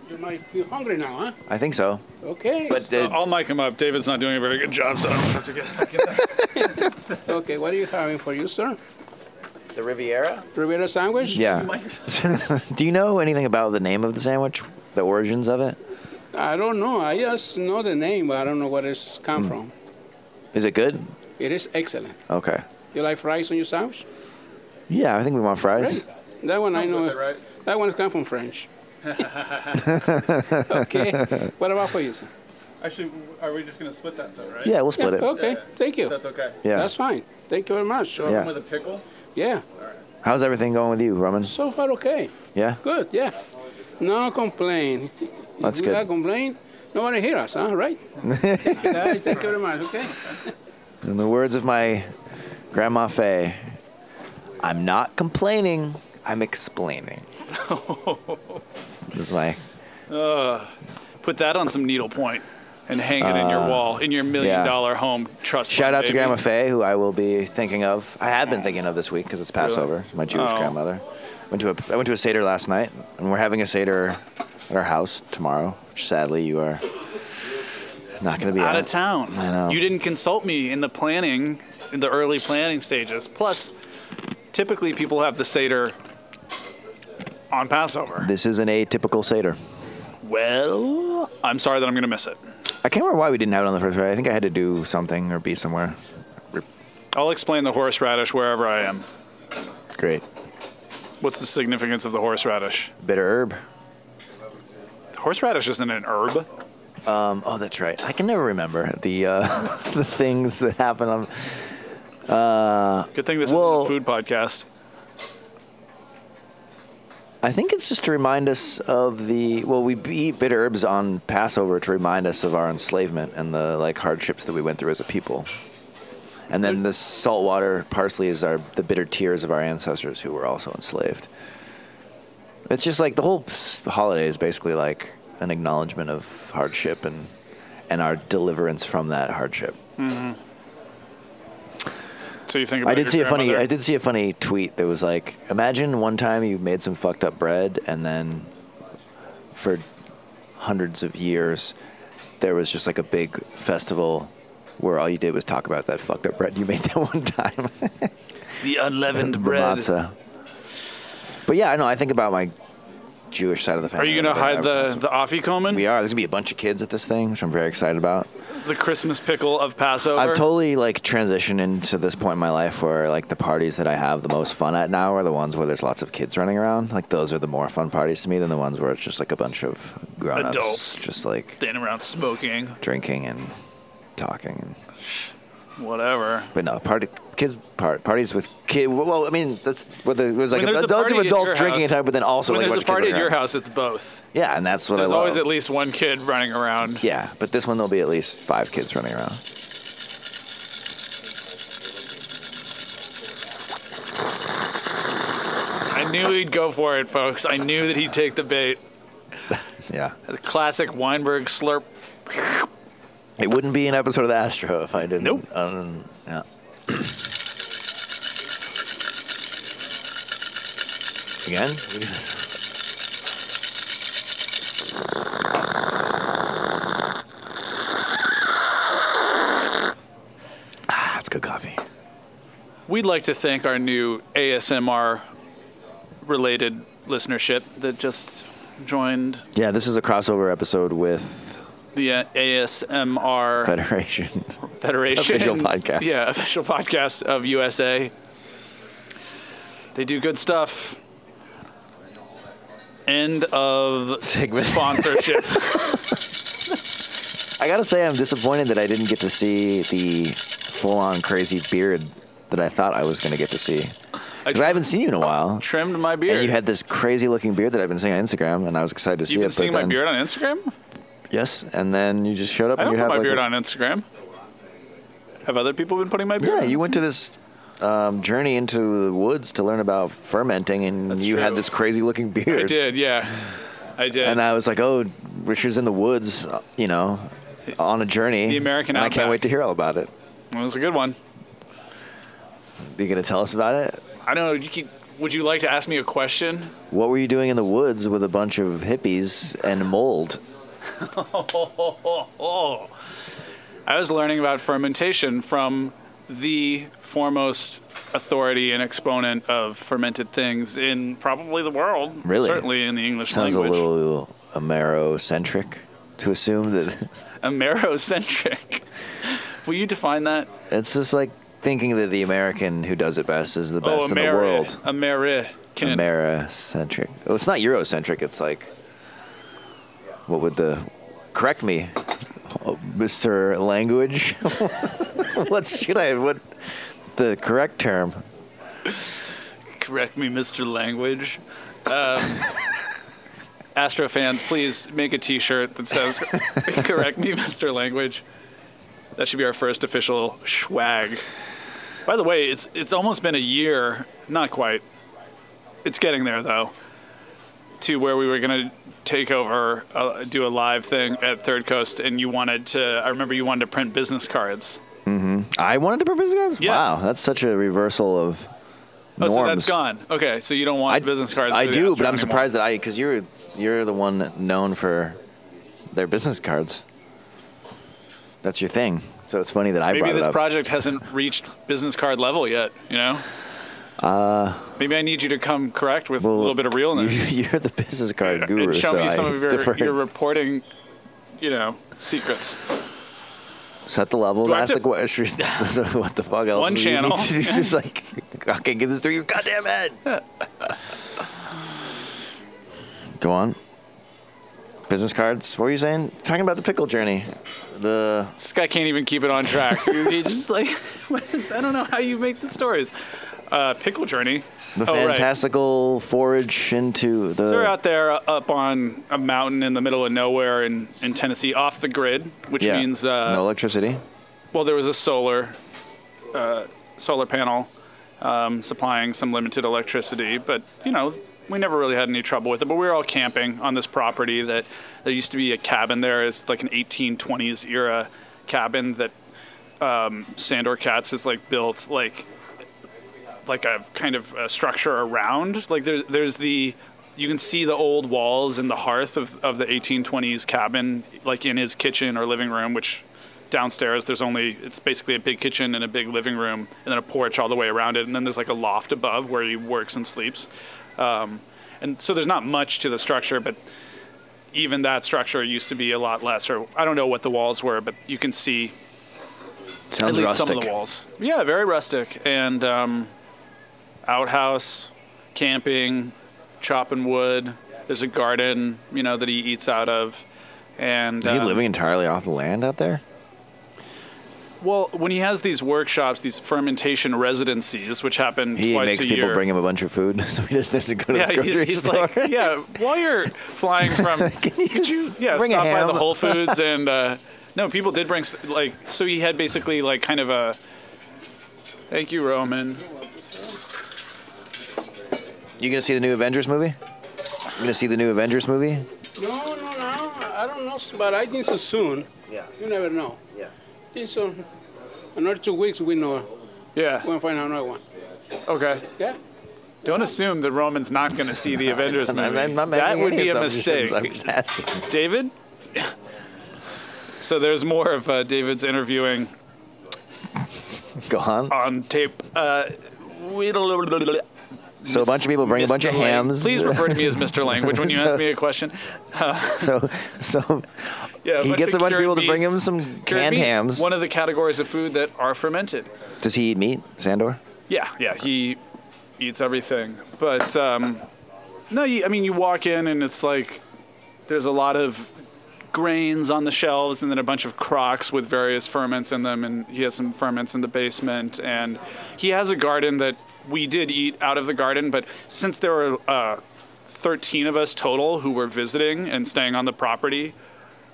[SPEAKER 4] You might feel hungry now, huh?
[SPEAKER 2] I think so.
[SPEAKER 4] Okay.
[SPEAKER 2] But
[SPEAKER 1] Uh,
[SPEAKER 2] uh,
[SPEAKER 1] I'll mic him up. David's not doing a very good job, so I'm gonna have to get back in there.
[SPEAKER 4] okay, what are you having for you, sir?
[SPEAKER 2] the Riviera.
[SPEAKER 4] Rivera sandwich?
[SPEAKER 2] Yeah. Do you know anything about the name of the sandwich? The origins of it?
[SPEAKER 4] I don't know. I just know the name, but I don't know where it's
[SPEAKER 2] Mm.
[SPEAKER 4] come from.
[SPEAKER 2] Is it good?
[SPEAKER 4] It is excellent.
[SPEAKER 2] Okay.
[SPEAKER 4] You like fries on your sandwich?
[SPEAKER 2] Yeah, I think we want fries.
[SPEAKER 4] That one I know.
[SPEAKER 1] with it, right?
[SPEAKER 4] That one comes from French. okay. What about for you, sir?
[SPEAKER 1] Actually, are we just gonna split that though, right?
[SPEAKER 2] Yeah, we'll split it.
[SPEAKER 4] Okay.
[SPEAKER 1] Yeah.
[SPEAKER 4] Thank you.
[SPEAKER 1] okay.
[SPEAKER 2] Yeah.
[SPEAKER 4] That's fine. Thank you very much. So,
[SPEAKER 2] Yeah. With
[SPEAKER 1] a pickle.
[SPEAKER 4] yeah.
[SPEAKER 2] How's everything going with you, Roman?
[SPEAKER 4] So far, okay.
[SPEAKER 2] Yeah.
[SPEAKER 4] Good, yeah. No complain.
[SPEAKER 2] That's
[SPEAKER 4] if
[SPEAKER 2] good.
[SPEAKER 4] We complain, nobody hear us, huh? Right? yeah, thank you very much. Okay.
[SPEAKER 2] In the words of my grandma Faye, I'm not complaining, I'm explaining. This is my
[SPEAKER 1] Put that on some needlepoint. and hang it in your wall in your million
[SPEAKER 2] Uh, yeah.
[SPEAKER 1] dollar home. Trust.
[SPEAKER 2] Shout
[SPEAKER 1] fund,
[SPEAKER 2] out to
[SPEAKER 1] baby.
[SPEAKER 2] Grandma Faye, who I will be thinking of. I have been thinking of this week because it's Passover. My Jewish
[SPEAKER 1] Oh.
[SPEAKER 2] grandmother. Went to a I went to a seder last night, and we're having a seder at our house tomorrow. Which sadly, you are not going to be
[SPEAKER 1] out
[SPEAKER 2] at.
[SPEAKER 1] of town.
[SPEAKER 2] I know.
[SPEAKER 1] You didn't consult me in the planning, in the early planning stages. Plus, typically people have the Seder on Passover.
[SPEAKER 2] This is an atypical seder.
[SPEAKER 1] well, I'm sorry that I'm going to miss it.
[SPEAKER 2] I can't remember why we didn't have it on the first ride. I think I had to do something or be somewhere.
[SPEAKER 1] I'll explain the horseradish wherever I am.
[SPEAKER 2] Great.
[SPEAKER 1] What's the significance of the horseradish?
[SPEAKER 2] Bitter herb.
[SPEAKER 1] Horseradish isn't an herb.
[SPEAKER 2] Um, oh, that's right. I can never remember the uh, the things that Um, happen on. Uh,
[SPEAKER 1] Good thing this
[SPEAKER 2] Well-
[SPEAKER 1] is a food podcast.
[SPEAKER 2] I think it's just to remind us of the well, we eat bitter herbs on Passover to remind us of our enslavement and the like hardships that we went through as a people. And then the saltwater parsley is our the bitter tears of our ancestors who were also enslaved. It's just like the whole s- holiday is basically like an acknowledgement of hardship and and our deliverance from that hardship.
[SPEAKER 1] So you think about
[SPEAKER 2] I did
[SPEAKER 1] your
[SPEAKER 2] see a funny.
[SPEAKER 1] grandmother.
[SPEAKER 2] I did see a funny tweet that was like, imagine one time you made some fucked up bread, and then for hundreds of years, there was just like a big festival where all you did was talk about that fucked up bread you made that one time.
[SPEAKER 1] the unleavened
[SPEAKER 2] The
[SPEAKER 1] bread.
[SPEAKER 2] matzah. But yeah, I know. I think about my Jewish side of the
[SPEAKER 1] Are
[SPEAKER 2] family.
[SPEAKER 1] you going to
[SPEAKER 2] but I-
[SPEAKER 1] hide the the afikoman?
[SPEAKER 2] We are. There's gonna be a bunch of kids at this thing, which I'm very excited about.
[SPEAKER 1] The Christmas pickle of Passover.
[SPEAKER 2] I've totally like transitioned into this point in my life where like the parties that I have the most fun at now are the ones where there's lots of kids running around. Like those are the more fun parties to me than the ones where it's just like a bunch of grown ups
[SPEAKER 1] Adults.
[SPEAKER 2] just like
[SPEAKER 1] standing around smoking,
[SPEAKER 2] drinking and talking. And,
[SPEAKER 1] whatever.
[SPEAKER 2] but no, party kids part parties with kid. Well, I mean that's what the, it was like
[SPEAKER 1] When there's a
[SPEAKER 2] adults of
[SPEAKER 1] party at
[SPEAKER 2] adults
[SPEAKER 1] your
[SPEAKER 2] drinking
[SPEAKER 1] house-
[SPEAKER 2] and time, but then also
[SPEAKER 1] when
[SPEAKER 2] like a
[SPEAKER 1] there's
[SPEAKER 2] bunch
[SPEAKER 1] a
[SPEAKER 2] of kids
[SPEAKER 1] party at
[SPEAKER 2] running
[SPEAKER 1] your
[SPEAKER 2] around.
[SPEAKER 1] house, it's both.
[SPEAKER 2] Yeah, and that's what
[SPEAKER 1] There's
[SPEAKER 2] I love.
[SPEAKER 1] always at least one kid running around.
[SPEAKER 2] yeah, but this one there'll be at least five kids running around.
[SPEAKER 1] I knew he'd go for it, folks. I knew that he'd take the bait.
[SPEAKER 2] Yeah,
[SPEAKER 1] The classic Weinberg slurp.
[SPEAKER 2] it wouldn't be an episode of the Astro if I didn't.
[SPEAKER 1] Nope.
[SPEAKER 2] Um, yeah. Again? ah, that's good coffee.
[SPEAKER 1] We'd like to thank our new ASMR related listenership that just joined
[SPEAKER 2] Yeah, this is a crossover episode with
[SPEAKER 1] the uh, ASMR
[SPEAKER 2] Federation.
[SPEAKER 1] Federation.
[SPEAKER 2] official podcast.
[SPEAKER 1] Yeah, official podcast of USA. They do good stuff. End of
[SPEAKER 2] Segment.
[SPEAKER 1] sponsorship.
[SPEAKER 2] I gotta say, I'm disappointed that I didn't get to see the full-on crazy beard that I thought I was gonna get to see. Because I haven't seen you in a while.
[SPEAKER 1] trimmed my beard.
[SPEAKER 2] And you had this crazy looking beard that I've been seeing on Instagram, and I was excited to see
[SPEAKER 1] You've been
[SPEAKER 2] it. but
[SPEAKER 1] seeing my
[SPEAKER 2] then-
[SPEAKER 1] beard on Instagram?
[SPEAKER 2] Yes, and then you just showed up
[SPEAKER 1] I
[SPEAKER 2] and
[SPEAKER 1] don't
[SPEAKER 2] you
[SPEAKER 1] put
[SPEAKER 2] had
[SPEAKER 1] my
[SPEAKER 2] like
[SPEAKER 1] beard
[SPEAKER 2] a-
[SPEAKER 1] on Instagram. Have other people been putting my beard?
[SPEAKER 2] Yeah,
[SPEAKER 1] on
[SPEAKER 2] you went to this um, journey into the woods to learn about fermenting, and
[SPEAKER 1] That's
[SPEAKER 2] you had
[SPEAKER 1] true.
[SPEAKER 2] this crazy looking beard.
[SPEAKER 1] I did, yeah. I did.
[SPEAKER 2] And I was like, oh, Richard's in the woods, uh, you know, on a journey.
[SPEAKER 1] The American
[SPEAKER 2] And I can't
[SPEAKER 1] outback.
[SPEAKER 2] wait to hear all about it.
[SPEAKER 1] it was a good one.
[SPEAKER 2] Are you gonna tell us about it?
[SPEAKER 1] I don't know. You keep, would you like to ask me a question?
[SPEAKER 2] What were you doing in the woods with a bunch of hippies and mold?
[SPEAKER 1] Oh, I was learning about fermentation from the foremost authority and exponent of fermented things in probably the world.
[SPEAKER 2] Really?
[SPEAKER 1] Certainly in the English
[SPEAKER 2] Sounds
[SPEAKER 1] language.
[SPEAKER 2] a little Amerocentric to assume that.
[SPEAKER 1] Amerocentric. Will you define that?
[SPEAKER 2] It's just like thinking that the American who does it best is the best in the
[SPEAKER 1] Oh, Ameri-
[SPEAKER 2] world.
[SPEAKER 1] American.
[SPEAKER 2] Americentric. Oh, it's not Eurocentric. It's like, what would the? Correct me, oh, Mr. Language. what should I? What the correct term?
[SPEAKER 1] Correct me, Mr. Language. Um, Astro fans, please make a T-shirt that says "Correct me, Mr. Language." That should be our first official swag. By the way, it's it's almost been a year, not quite. It's getting there though. to where we were gonna take over, uh, do a live thing at Third Coast, and you wanted to. I remember you wanted to print business cards.
[SPEAKER 2] I wanted to print business cards.
[SPEAKER 1] Yeah.
[SPEAKER 2] Wow, that's such a reversal of
[SPEAKER 1] Oh,
[SPEAKER 2] norms.
[SPEAKER 1] so that's gone. Okay, so you don't want business cards.
[SPEAKER 2] I
[SPEAKER 1] for the
[SPEAKER 2] do, but
[SPEAKER 1] Astro
[SPEAKER 2] I'm
[SPEAKER 1] anymore.
[SPEAKER 2] surprised that I because you're you're the one known for their business cards. That's your thing. So it's funny that I
[SPEAKER 1] Maybe
[SPEAKER 2] brought it
[SPEAKER 1] this
[SPEAKER 2] up.
[SPEAKER 1] project hasn't reached business card level yet. You know. Uh. Maybe I need you to come correct with a
[SPEAKER 2] Well,
[SPEAKER 1] little bit of realness.
[SPEAKER 2] You, are the business card guru,
[SPEAKER 1] and show
[SPEAKER 2] so
[SPEAKER 1] me
[SPEAKER 2] I
[SPEAKER 1] some of your,
[SPEAKER 2] defer.
[SPEAKER 1] your reporting, you know, secrets.
[SPEAKER 2] Set the levels,
[SPEAKER 1] Do I have
[SPEAKER 2] ask
[SPEAKER 1] to-
[SPEAKER 2] the questions. so what the fuck else?
[SPEAKER 1] One
[SPEAKER 2] do you need
[SPEAKER 1] channel.
[SPEAKER 2] to do? It's just like, okay, get this through your goddamn head. Go on. Business cards. What were you saying? Talking about the pickle journey. The
[SPEAKER 1] This guy can't even keep it on track. He's just like, what is, I don't know how you make the stories. Uh, Pickle Journey.
[SPEAKER 2] the
[SPEAKER 1] oh, Right.
[SPEAKER 2] fantastical forage into the.
[SPEAKER 1] They're out there uh, up on a mountain in the middle of nowhere in, in Tennessee, off the grid, which
[SPEAKER 2] yeah.
[SPEAKER 1] means uh,
[SPEAKER 2] no electricity.
[SPEAKER 1] Well, there was a solar uh, solar panel um, supplying some limited electricity, but you know we never really had any trouble with it. But we were all camping on this property that there used to be a cabin there. It's like an 1820s era cabin that um, Sandor Katz has like built like like a kind of a structure around. Like there's there's the you can see the old walls and the hearth of, of the 1820s cabin, like in his kitchen or living room, which downstairs there's only it's basically a big kitchen and a big living room and then a porch all the way around it, and then there's like a loft above where he works and sleeps. Um, and so there's not much to the structure, but even that structure used to be a lot less, or I don't know what the walls were, but you can see
[SPEAKER 2] Sounds
[SPEAKER 1] at least
[SPEAKER 2] rustic.
[SPEAKER 1] some of the walls. Yeah, very rustic. And um, outhouse, camping, chopping wood. There's a garden, you know, that he eats out of. And
[SPEAKER 2] Is he
[SPEAKER 1] um,
[SPEAKER 2] living entirely off the land out there?
[SPEAKER 1] Well, when he has these workshops, these fermentation residencies, which happen
[SPEAKER 2] He
[SPEAKER 1] twice
[SPEAKER 2] makes
[SPEAKER 1] a
[SPEAKER 2] people
[SPEAKER 1] year.
[SPEAKER 2] bring him a bunch of food, so he doesn't have to go to
[SPEAKER 1] yeah,
[SPEAKER 2] the
[SPEAKER 1] he's-
[SPEAKER 2] grocery
[SPEAKER 1] he's
[SPEAKER 2] store.
[SPEAKER 1] like, yeah. While you're flying from, could you, yeah,
[SPEAKER 2] bring a
[SPEAKER 1] stop by
[SPEAKER 2] ham?
[SPEAKER 1] the Whole Foods and uh, no, people did bring s- like so he had basically like kind of a. Thank you, Roman.
[SPEAKER 2] You gonna see the new Avengers movie? You gonna see the new Avengers movie?
[SPEAKER 4] No, no, no. I don't know, but I think so soon.
[SPEAKER 2] Yeah.
[SPEAKER 4] You never know.
[SPEAKER 2] Yeah.
[SPEAKER 4] I think so. Another two weeks, we know.
[SPEAKER 1] Yeah.
[SPEAKER 4] We'll find out another one.
[SPEAKER 1] Okay.
[SPEAKER 4] Yeah.
[SPEAKER 1] Don't assume that Roman's not going to see the Avengers movie. that would be a mistake.
[SPEAKER 2] I'm just asking.
[SPEAKER 1] David? So there's more of uh, David's interviewing
[SPEAKER 2] Go on.
[SPEAKER 1] on tape. Uh, we don't-
[SPEAKER 2] So a bunch of people bring a bunch of
[SPEAKER 1] Mr. Lang-
[SPEAKER 2] hams.
[SPEAKER 1] Please refer to me as Mr. Language when you
[SPEAKER 2] So-
[SPEAKER 1] ask me a question. Uh,
[SPEAKER 2] So, so
[SPEAKER 1] yeah,
[SPEAKER 2] he gets a bunch of
[SPEAKER 1] cured
[SPEAKER 2] people to bring
[SPEAKER 1] meats-
[SPEAKER 2] him some
[SPEAKER 1] cured
[SPEAKER 2] canned
[SPEAKER 1] meats,
[SPEAKER 2] hams.
[SPEAKER 1] One of the categories of food that are fermented.
[SPEAKER 2] Does he eat meat, Sandor?
[SPEAKER 1] Yeah, yeah, he eats everything. But um, no, you, I mean, you walk in and it's like there's a lot of grains on the shelves, and then a bunch of crocks with various ferments in them, and he has some ferments in the basement, and he has a garden that we did eat out of the garden, but since there were uh, 13 of us total who were visiting and staying on the property.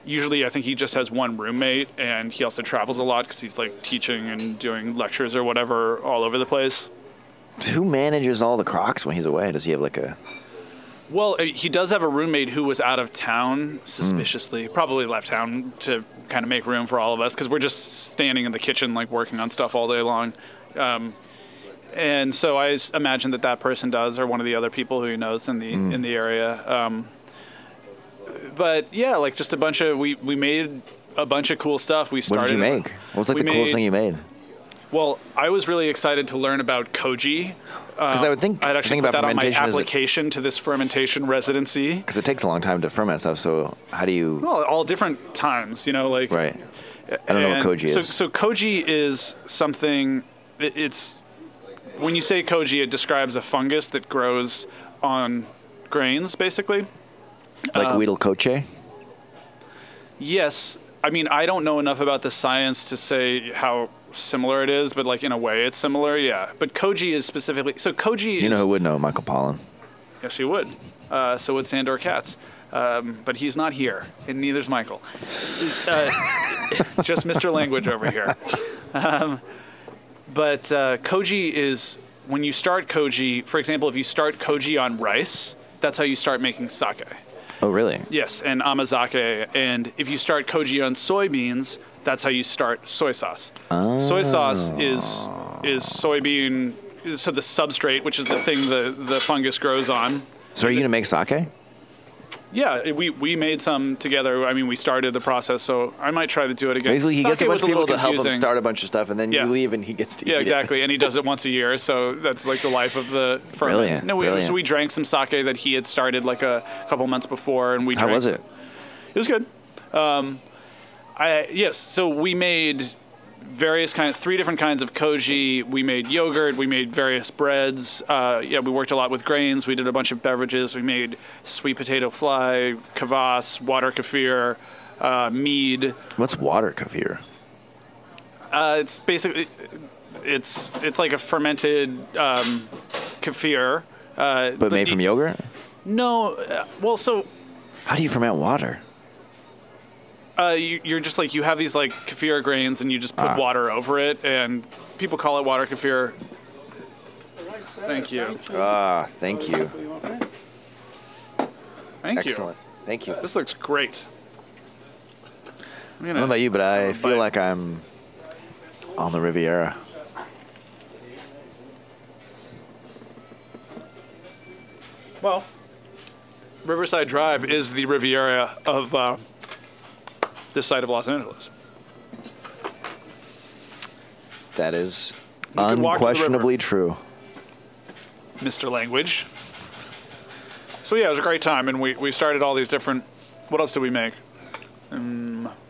[SPEAKER 1] Usually, I think he just has one roommate, and he also travels a lot because he's like teaching and doing lectures or whatever all over the place.
[SPEAKER 2] Who manages all the Crocs when he's away? Does he have like a?
[SPEAKER 1] Well, uh, he does have a roommate who was out of town, suspiciously. Probably left town to kind of make room for all of us because we're just standing in the kitchen, like working on stuff all day long. Um, and so I s- imagine that that person does, or one of the other people who he knows in the
[SPEAKER 2] Hmm.
[SPEAKER 1] in the area. Um, but yeah, like just a bunch of we we made a bunch of cool stuff. We
[SPEAKER 2] What
[SPEAKER 1] started. uh,
[SPEAKER 2] did you make? What was like
[SPEAKER 1] we
[SPEAKER 2] the coolest
[SPEAKER 1] made-
[SPEAKER 2] thing you made?
[SPEAKER 1] Well, I was really excited to learn about koji. Because
[SPEAKER 2] I would think-
[SPEAKER 1] uh, I'd
[SPEAKER 2] the
[SPEAKER 1] actually
[SPEAKER 2] thing
[SPEAKER 1] put
[SPEAKER 2] about
[SPEAKER 1] that on my
[SPEAKER 2] fermentation is it-
[SPEAKER 1] application to this fermentation residency.
[SPEAKER 2] Because it takes a long time to ferment stuff. So how do you?
[SPEAKER 1] Well, all different times, you know, like
[SPEAKER 2] Right. I don't know what
[SPEAKER 1] and
[SPEAKER 2] koji
[SPEAKER 1] so,
[SPEAKER 2] is.
[SPEAKER 1] So koji is something. It, it's when you say koji, it describes a fungus that grows on grains, basically.
[SPEAKER 2] like
[SPEAKER 1] uh,
[SPEAKER 2] Weedle Coche.
[SPEAKER 1] Yes, I mean I don't know enough about the science to say how similar it is, but like in a way it's similar, yeah. But koji is specifically so koji.
[SPEAKER 2] You know
[SPEAKER 1] is,
[SPEAKER 2] who would know? Michael Pollan.
[SPEAKER 1] Yes, he would. Uh, so would Sandor Katz. Um, but he's not here, and neither's Michael. Uh, just Mr. Language over here. Um, but uh, koji is when you start koji. For example, if you start koji on rice, That's how you start making sake.
[SPEAKER 2] Oh, really?
[SPEAKER 1] Yes, and amazake. And if you start koji on soybeans, that's how you start soy sauce. Soy sauce is is soybean. So the substrate, which is the thing the, the fungus grows on.
[SPEAKER 2] So are you gonna make sake?
[SPEAKER 1] Yeah, we, we made some together. I mean, we started the process, so I might try to do it again.
[SPEAKER 2] Basically, he gets
[SPEAKER 1] Sake
[SPEAKER 2] a
[SPEAKER 1] was
[SPEAKER 2] bunch of people
[SPEAKER 1] little
[SPEAKER 2] to help him
[SPEAKER 1] confusing.
[SPEAKER 2] start a bunch of stuff, and then
[SPEAKER 1] Yeah.
[SPEAKER 2] you leave, and he gets to eat
[SPEAKER 1] Yeah,
[SPEAKER 2] it.
[SPEAKER 1] exactly. And he does it once a year, so that's like the life of the firm.
[SPEAKER 2] Brilliant,
[SPEAKER 1] No, we,
[SPEAKER 2] brilliant.
[SPEAKER 1] so we drank some sake that he had started like a couple months before, and we.
[SPEAKER 2] How
[SPEAKER 1] drank
[SPEAKER 2] was it?
[SPEAKER 1] It was good. Um, I yes. So we made various kind of three different kinds of koji. We made yogurt. We made various breads. Uh, yeah, we worked a lot with grains. We did a bunch of beverages. We made sweet potato fly, kvass, water kefir, uh, mead.
[SPEAKER 2] What's water kefir?
[SPEAKER 1] Uh, it's basically it's it's like a fermented um, kefir. Uh,
[SPEAKER 2] But made from yogurt?
[SPEAKER 1] No, uh, well, so
[SPEAKER 2] How do you ferment water?
[SPEAKER 1] uh, you, you're just like you have these like kefir grains, and you just put
[SPEAKER 2] Ah.
[SPEAKER 1] water over it, and people call it water kefir. Thank you.
[SPEAKER 2] Ah, thank you.
[SPEAKER 1] Thank
[SPEAKER 2] Excellent. Thank you. I
[SPEAKER 1] you. This looks great. I'm
[SPEAKER 2] don't know
[SPEAKER 1] gonna,
[SPEAKER 2] about you, but I
[SPEAKER 1] Bite.
[SPEAKER 2] feel like I'm on the Riviera.
[SPEAKER 1] well, Riverside Drive is the Riviera of uh, this side of Los Angeles.
[SPEAKER 2] That is
[SPEAKER 1] could walk to the river.
[SPEAKER 2] unquestionably true.
[SPEAKER 1] Mr. Language. So yeah, it was a great time, and we, we started all these different. What else did we make?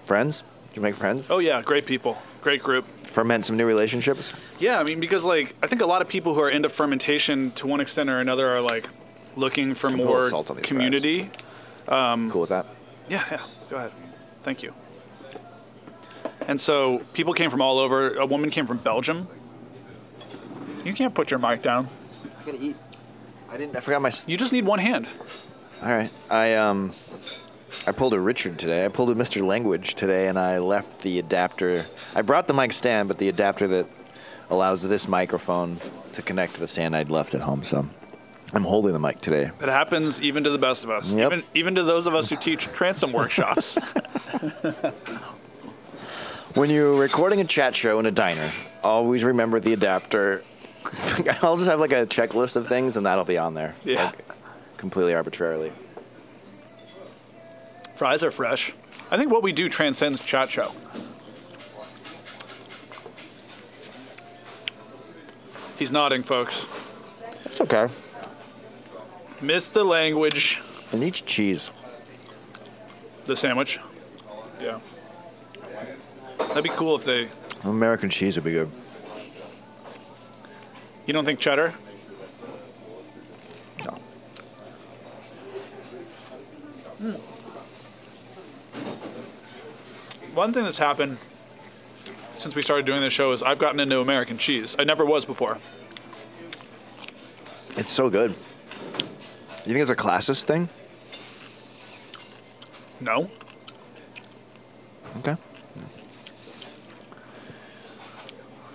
[SPEAKER 2] Friends? Did you make friends?
[SPEAKER 1] Oh yeah, great people, great group.
[SPEAKER 2] Ferment some new relationships?
[SPEAKER 1] Yeah, I mean because like I think a lot of people who are into fermentation to one extent or another are like looking for
[SPEAKER 2] a little
[SPEAKER 1] more
[SPEAKER 2] salt on these
[SPEAKER 1] community. Mm.
[SPEAKER 2] cool with that?
[SPEAKER 1] Yeah, yeah. Go ahead. Thank you. And so people came from all over. A woman came from Belgium. You can't put your mic down.
[SPEAKER 2] I gotta eat. I didn't. I forgot my.
[SPEAKER 1] You just need one hand.
[SPEAKER 2] All right. I um, I pulled a Richard today. I pulled a Mr. Language today, and I left the adapter. I brought the mic stand, but the adapter that allows this microphone to connect to the stand, I'd left at home. So I'm holding the mic today.
[SPEAKER 1] It happens even to the best of us.
[SPEAKER 2] Yep.
[SPEAKER 1] Even even to those of us who teach transom workshops.
[SPEAKER 2] When you're recording a chat show in a diner, always remember the adapter. I'll just have like a checklist of things, and that'll be on there.
[SPEAKER 1] Yeah.
[SPEAKER 2] Like, completely arbitrarily.
[SPEAKER 1] Fries are fresh. I think what we do transcends chat show. He's nodding, folks.
[SPEAKER 2] It's okay.
[SPEAKER 1] Miss the language.
[SPEAKER 2] And each cheese.
[SPEAKER 1] The sandwich. Yeah. That'd be cool if they.
[SPEAKER 2] American cheese would be good.
[SPEAKER 1] You don't think cheddar?
[SPEAKER 2] No.
[SPEAKER 1] One thing that's happened since we started doing this show is I've gotten into American cheese. I never was before.
[SPEAKER 2] It's so good. You think it's a classist thing?
[SPEAKER 1] No.
[SPEAKER 2] Okay.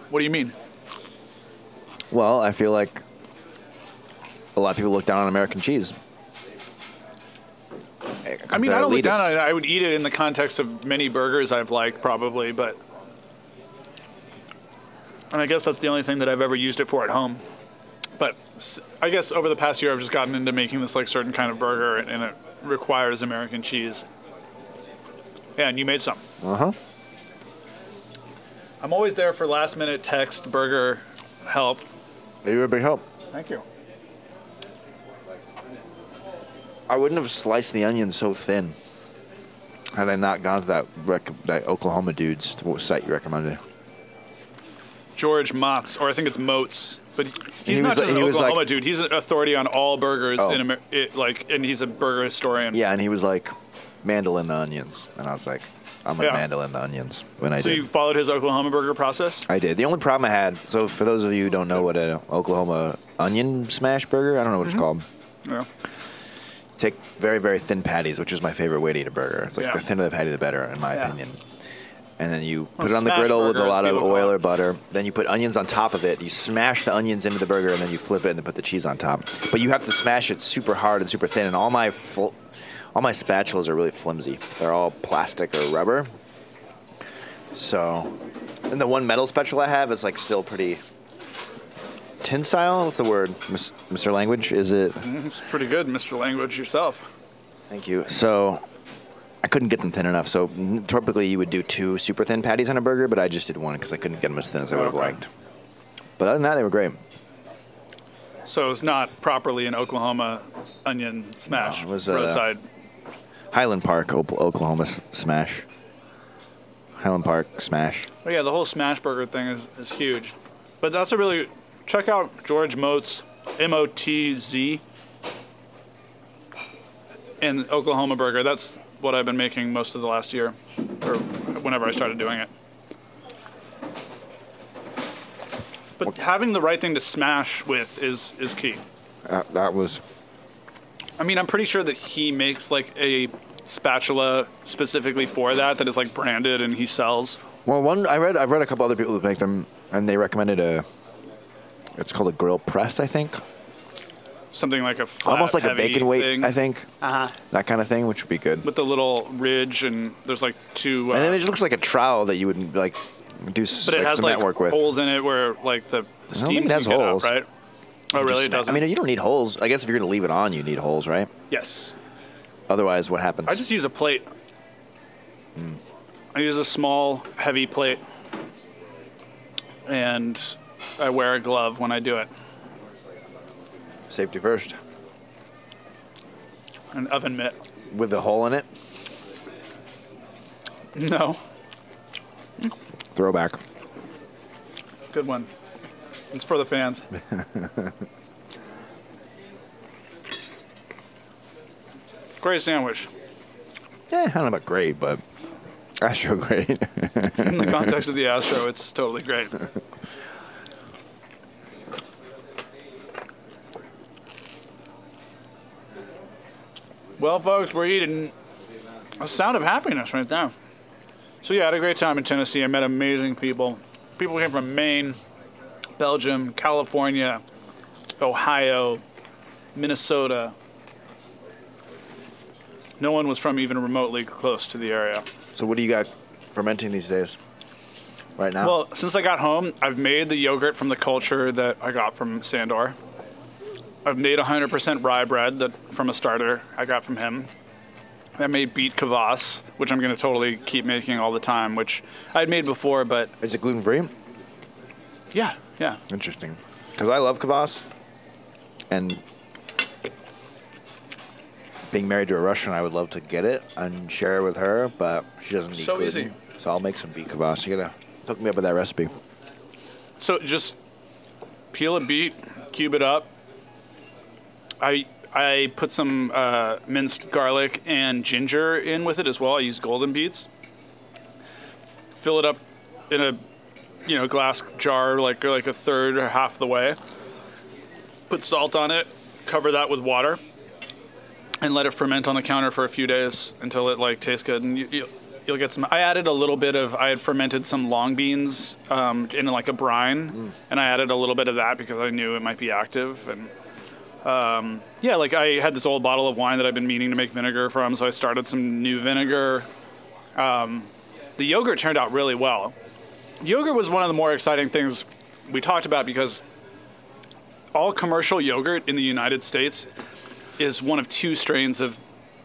[SPEAKER 1] What do you mean?
[SPEAKER 2] Well, I feel like a lot of people look down on American cheese.
[SPEAKER 1] I mean, I don't look down on it. I would eat it in the context of many burgers I've liked, probably, but. And I guess that's the only thing that I've ever used it for at home. But s- I guess over the past year, I've just gotten into making this like certain kind of burger, and, and it requires American cheese. Yeah, and you made some.
[SPEAKER 2] Uh huh.
[SPEAKER 1] I'm always there for last minute text, burger help.
[SPEAKER 2] You were a big help.
[SPEAKER 1] Thank you.
[SPEAKER 2] I wouldn't have sliced the onion so thin had I not gone to that rec- that Oklahoma dude's t- site you recommended.
[SPEAKER 1] George Motz, or I think it's Moats, but he- he's
[SPEAKER 2] He
[SPEAKER 1] not
[SPEAKER 2] was
[SPEAKER 1] just
[SPEAKER 2] like-
[SPEAKER 1] an
[SPEAKER 2] he was like-
[SPEAKER 1] Oklahoma dude. He's an authority on all burgers
[SPEAKER 2] Oh.
[SPEAKER 1] in Amer- it, like, and he's a burger historian.
[SPEAKER 2] Yeah, and he was like, "Mandolin the onions," and I was like, "I'm gonna
[SPEAKER 1] Yeah.
[SPEAKER 2] mandolin the onions." When I
[SPEAKER 1] So
[SPEAKER 2] did,
[SPEAKER 1] you followed his Oklahoma burger process?
[SPEAKER 2] I did. The only problem I had. So for those of you who don't know what an Oklahoma onion smash burger, I don't know what
[SPEAKER 1] Mm-hmm.
[SPEAKER 2] it's called.
[SPEAKER 1] Yeah.
[SPEAKER 2] take very very thin patties, which is my favorite way to eat a burger. It's like
[SPEAKER 1] Yeah.
[SPEAKER 2] the thinner the patty, the better, in my
[SPEAKER 1] Yeah.
[SPEAKER 2] opinion. and then you
[SPEAKER 1] Well,
[SPEAKER 2] put it on the
[SPEAKER 1] smash
[SPEAKER 2] griddle with a
[SPEAKER 1] burger,
[SPEAKER 2] lot of
[SPEAKER 1] people call
[SPEAKER 2] oil
[SPEAKER 1] it.
[SPEAKER 2] or butter. Then you put onions on top of it. You smash the onions into the burger, and then you flip it and then put the cheese on top. But you have to smash it super hard and super thin. And all my fl- all my spatulas are really flimsy. They're all plastic or rubber. So, and the one metal spatula I have is like still pretty tensile. What's the word, Mis- Mr. Language? Is it?
[SPEAKER 1] It's pretty good, Mr. Language yourself.
[SPEAKER 2] Thank you. So I couldn't get them thin enough. So n- typically you would do two super thin patties on a burger, but I just did one because I couldn't get them as thin as I would have
[SPEAKER 1] Okay.
[SPEAKER 2] liked. But other than that, they were great.
[SPEAKER 1] So it's not properly an Oklahoma onion smash
[SPEAKER 2] No, it was, uh,
[SPEAKER 1] roadside.
[SPEAKER 2] Highland Park, O- Oklahoma s- smash. Highland Park smash.
[SPEAKER 1] But yeah, the whole smash burger thing is, is huge. But that's a really check out George Moats M O T Z and Oklahoma burger. That's what I've been making most of the last year, or whenever I started doing it. But having the right thing to smash with is is key.
[SPEAKER 2] That, Uh, that was.
[SPEAKER 1] I mean, I'm pretty sure that he makes like a spatula specifically for that that is like branded and he sells.
[SPEAKER 2] Well, one I read. I read a couple other people that make them, and they recommended a. It's called a grill press, I think.
[SPEAKER 1] Something like a flat,
[SPEAKER 2] Almost like a
[SPEAKER 1] heavy
[SPEAKER 2] bacon weight,
[SPEAKER 1] thing.
[SPEAKER 2] I think.
[SPEAKER 1] Uh-huh.
[SPEAKER 2] That kind of thing, which would be good.
[SPEAKER 1] with the little ridge and there's like two. Uh,
[SPEAKER 2] and then it just looks like a trowel that you would like do s-
[SPEAKER 1] but it
[SPEAKER 2] like,
[SPEAKER 1] has
[SPEAKER 2] cement
[SPEAKER 1] like
[SPEAKER 2] work with.
[SPEAKER 1] holes in it where like the, the
[SPEAKER 2] don't
[SPEAKER 1] steam
[SPEAKER 2] think it
[SPEAKER 1] can
[SPEAKER 2] has
[SPEAKER 1] get out,
[SPEAKER 2] holes.
[SPEAKER 1] right? Oh, really?
[SPEAKER 2] Just
[SPEAKER 1] It
[SPEAKER 2] sma-
[SPEAKER 1] doesn't.
[SPEAKER 2] I mean, you don't need holes. I guess if you're going to leave it on, you need holes, right?
[SPEAKER 1] yes.
[SPEAKER 2] Otherwise, what happens?
[SPEAKER 1] I just use a plate.
[SPEAKER 2] Hmm.
[SPEAKER 1] I use a small, heavy plate, and I wear a glove when I do it.
[SPEAKER 2] safety first
[SPEAKER 1] An oven mitt.
[SPEAKER 2] with the hole in it.
[SPEAKER 1] No,
[SPEAKER 2] Throwback.
[SPEAKER 1] good one. It's for the fans. Great sandwich.
[SPEAKER 2] Yeah, Eh, I don't know about great, but Astro great.
[SPEAKER 1] In the context of the Astro, it's totally great. Well, folks, we're eating a sound of happiness right now. So, yeah, I had a great time in Tennessee. I met amazing people. People came from Maine, Belgium, California, Ohio, Minnesota. No one was from even remotely close to the area.
[SPEAKER 2] so, what do you got fermenting these days? Right now?
[SPEAKER 1] Well, since I got home, I've made the yogurt from the culture that I got from Sandor. I've made 100% rye bread that from a starter I got from him. I made beet kvass, which I'm going to totally keep making all the time, which I'd made before, but
[SPEAKER 2] is it gluten free?
[SPEAKER 1] yeah, yeah.
[SPEAKER 2] Interesting. Because I love kvass, and being married to a Russian, I would love to get it and share it with her, but she doesn't eat
[SPEAKER 1] So
[SPEAKER 2] gluten.
[SPEAKER 1] easy.
[SPEAKER 2] So I'll make some beet kvass. You gotta hook me up with that recipe.
[SPEAKER 1] So just peel a beet, cube it up. I I put some uh, minced garlic and ginger in with it as well. I use golden beets. Fill it up in a you know glass jar like like a third or half the way. Put salt on it. Cover that with water. And let it ferment on the counter for a few days until it like tastes good, and you, you, you'll get some. I added a little bit of. I had fermented some long beans um, in like a brine, and I added a little bit of that because I knew it might be active. And um, yeah, like I had this old bottle of wine that I've been meaning to make vinegar from, so I started some new vinegar. Um, the yogurt turned out really well. Yogurt was one of the more exciting things we talked about because all commercial yogurt in the United States is one of two strains of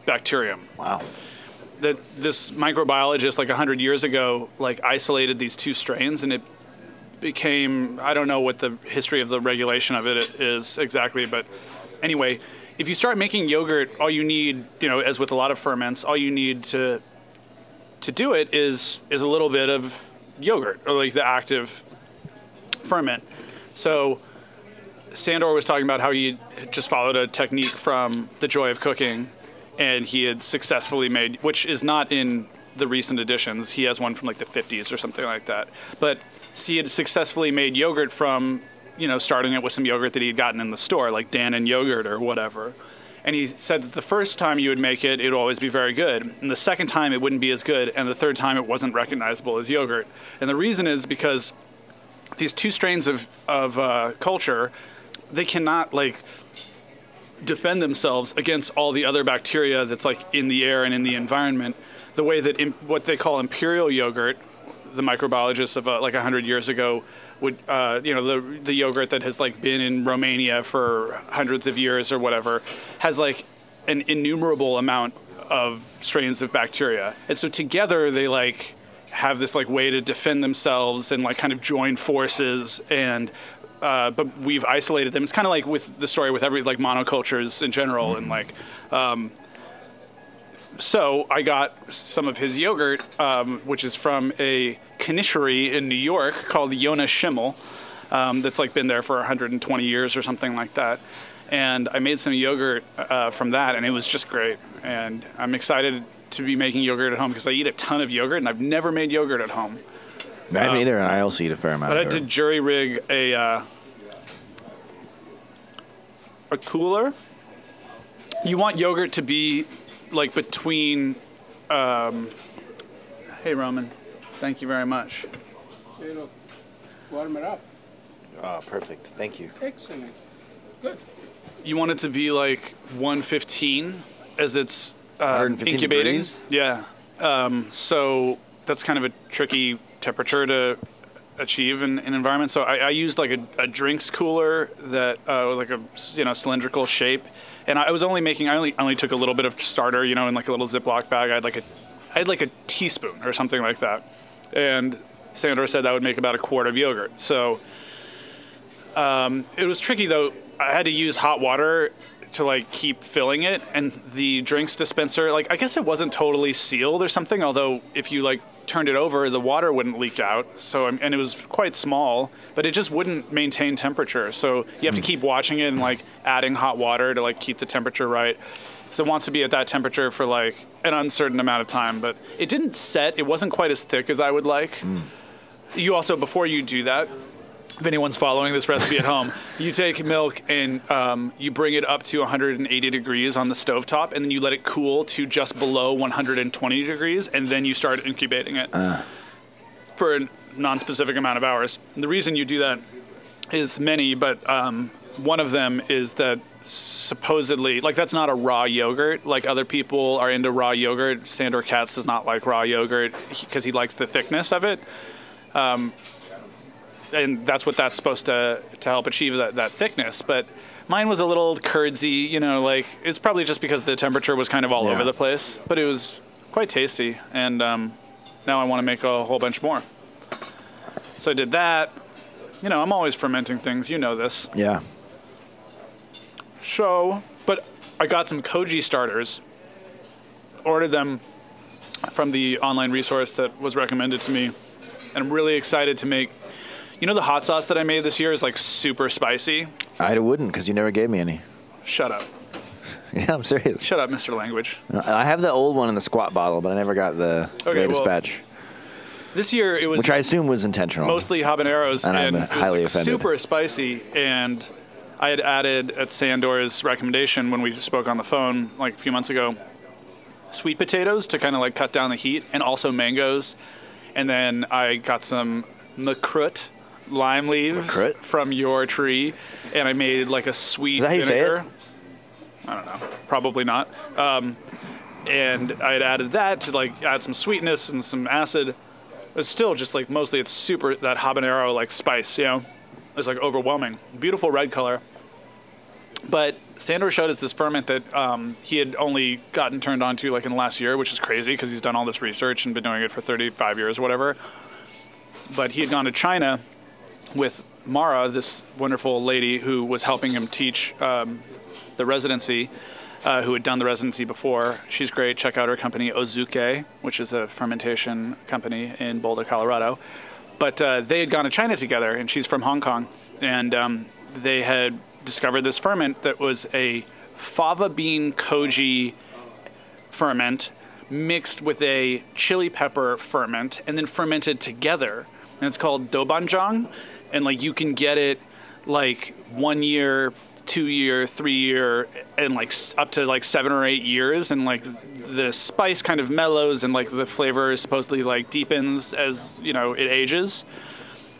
[SPEAKER 1] bacterium
[SPEAKER 2] Wow.
[SPEAKER 1] that this microbiologist like 100 years ago like isolated these two strains and it became i don't know what the history of the regulation of it is exactly but anyway if you start making yogurt all you need you know as with a lot of ferments all you need to to do it is is a little bit of yogurt or like the active ferment so Sandor was talking about how he had just followed a technique from The Joy of Cooking, and he had successfully made, which is not in the recent editions. He has one from like the 50s or something like that. But he had successfully made yogurt from, you know, starting it with some yogurt that he had gotten in the store, like Dan and yogurt or whatever. And he said that the first time you would make it, it would always be very good. And the second time, it wouldn't be as good. And the third time, it wasn't recognizable as yogurt. And the reason is because these two strains of, of uh, culture, they cannot, like, defend themselves against all the other bacteria that's like in the air and in the environment the way that im- what they call imperial yogurt the microbiologists of uh, like 100 years ago would uh, you know the, the yogurt that has like been in romania for hundreds of years or whatever has like an innumerable amount of strains of bacteria and so together they like have this like way to defend themselves and like kind of join forces and uh, but we've isolated them. It's kind of like with the story with every like monocultures in general, and like, um, so I got some of his yogurt, um, which is from a connisery in New York called Yona Schimmel, um, that's like been there for 120 years or something like that. And I made some yogurt uh, from that, and it was just great. And I'm excited to be making yogurt at home because I eat a ton of yogurt, and I've never made yogurt at home.
[SPEAKER 2] I haven't either, and I also eat a fair amount.
[SPEAKER 1] Um, But I
[SPEAKER 2] of
[SPEAKER 1] did jury rig a uh, a cooler. You want yogurt to be like between. Um, hey Roman, thank you very much.
[SPEAKER 4] It'll warm it up.
[SPEAKER 2] Oh, perfect. Thank you.
[SPEAKER 4] Excellent. Good.
[SPEAKER 1] You want it to be like 115 as it's uh,
[SPEAKER 2] 115
[SPEAKER 1] incubating.
[SPEAKER 2] degrees?
[SPEAKER 1] Yeah. Um, so that's kind of a tricky temperature to achieve in an environment. So I, I used like a, a drinks cooler that uh, was like a you know cylindrical shape, and I, I was only making I only I only took a little bit of starter, you know, in like a little Ziploc bag. I had like a I had like a teaspoon or something like that, and Sandra said that would make about a quart of yogurt. So Um, it was tricky though. I had to use hot water to like keep filling it, and the drinks dispenser, like I guess it wasn't totally sealed or something. Although if you like turned it over, the water wouldn't leak out. So um, and it was quite small, but it just wouldn't maintain temperature. So you have to keep watching it and like adding hot water to like keep the temperature right. So it wants to be at that temperature for like an uncertain amount of time, but it didn't set. It wasn't quite as thick as I would like. You also before you do that, if anyone's following this recipe at home, you take milk and um, you bring it up to 180 degrees on the stovetop, and then you let it cool to just below 120 degrees, and then you start incubating it for a non-specific amount of hours. And the reason you do that is many, but um, one of them is that supposedly, like that's not a raw yogurt. Like other people are into raw yogurt. Sandor Katz does not like raw yogurt because he likes the thickness of it Um, and that's what that's supposed to to help achieve that, that thickness. But mine was a little curdsy, you know, like it's probably just because the temperature was kind of all
[SPEAKER 2] Yeah.
[SPEAKER 1] over the place. But it was quite tasty, and um, now I want to make a whole bunch more. So I did that. You know, I'm always fermenting things. You know this.
[SPEAKER 2] Yeah.
[SPEAKER 1] So, but I got some koji starters. Ordered them from the online resource that was recommended to me, and I'm really excited to make. You know, the hot sauce that I made this year is like super spicy.
[SPEAKER 2] I wouldn't because you never gave me any.
[SPEAKER 1] Shut up,
[SPEAKER 2] Yeah, I'm serious.
[SPEAKER 1] shut up, Mr. Language.
[SPEAKER 2] I have the old one in the squat bottle, but I never got the
[SPEAKER 1] Okay,
[SPEAKER 2] latest
[SPEAKER 1] well,
[SPEAKER 2] batch,
[SPEAKER 1] This year it was
[SPEAKER 2] which I assume was intentional.
[SPEAKER 1] mostly habaneros and,
[SPEAKER 2] And I'm
[SPEAKER 1] it was,
[SPEAKER 2] highly
[SPEAKER 1] like,
[SPEAKER 2] offended.
[SPEAKER 1] super spicy and i had added at sandor's recommendation when we spoke on the phone like a few months ago sweet potatoes to kind of like cut down the heat and also mangoes and then i got some macrut lime leaves
[SPEAKER 2] Macrut?
[SPEAKER 1] from your tree and i made like a sweet
[SPEAKER 2] Is that how you say it?
[SPEAKER 1] vinegar i don't know probably not um, and i had added that to like add some sweetness and some acid it's still just like mostly it's super that habanero like spice, you know. It's like overwhelming, beautiful red color. But Sandor showed us this ferment that um, he had only gotten turned on to like in the last year, which is crazy because he's done all this research and been doing it for 35 years, or whatever. But he had gone to China with Mara, this wonderful lady who was helping him teach um, the residency, uh, who had done the residency before. She's great. Check out her company, Ozuke, which is a fermentation company in Boulder, Colorado. But uh, they had gone to China together, and she's from Hong Kong. And um, they had discovered this ferment that was a fava bean koji ferment mixed with a chili pepper ferment and then fermented together. And it's called dobanjang. And like you can get it like one year two year, three year, and like s- up to like seven or eight years, and like the spice kind of mellows, and like the flavor supposedly like deepens as you know it ages.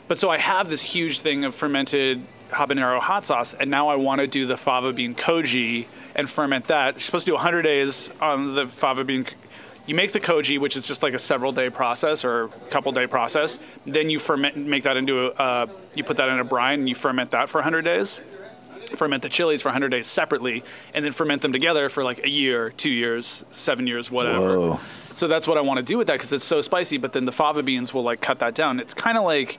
[SPEAKER 1] But so I have this huge thing of fermented habanero hot sauce, and now I want to do the fava bean koji and ferment that. You're supposed to do 100 days on the fava bean. k- You make the koji, which is just like a several day process or a couple day process. Then you ferment, make that into a, uh, you put that in a brine and you ferment that for 100 days. Ferment the chilies for 100 days separately, and then ferment them together for like a year, two years, seven years, whatever.
[SPEAKER 2] Whoa.
[SPEAKER 1] So that's what I want to do with that because it's so spicy. But then the fava beans will like cut that down. It's kind of like,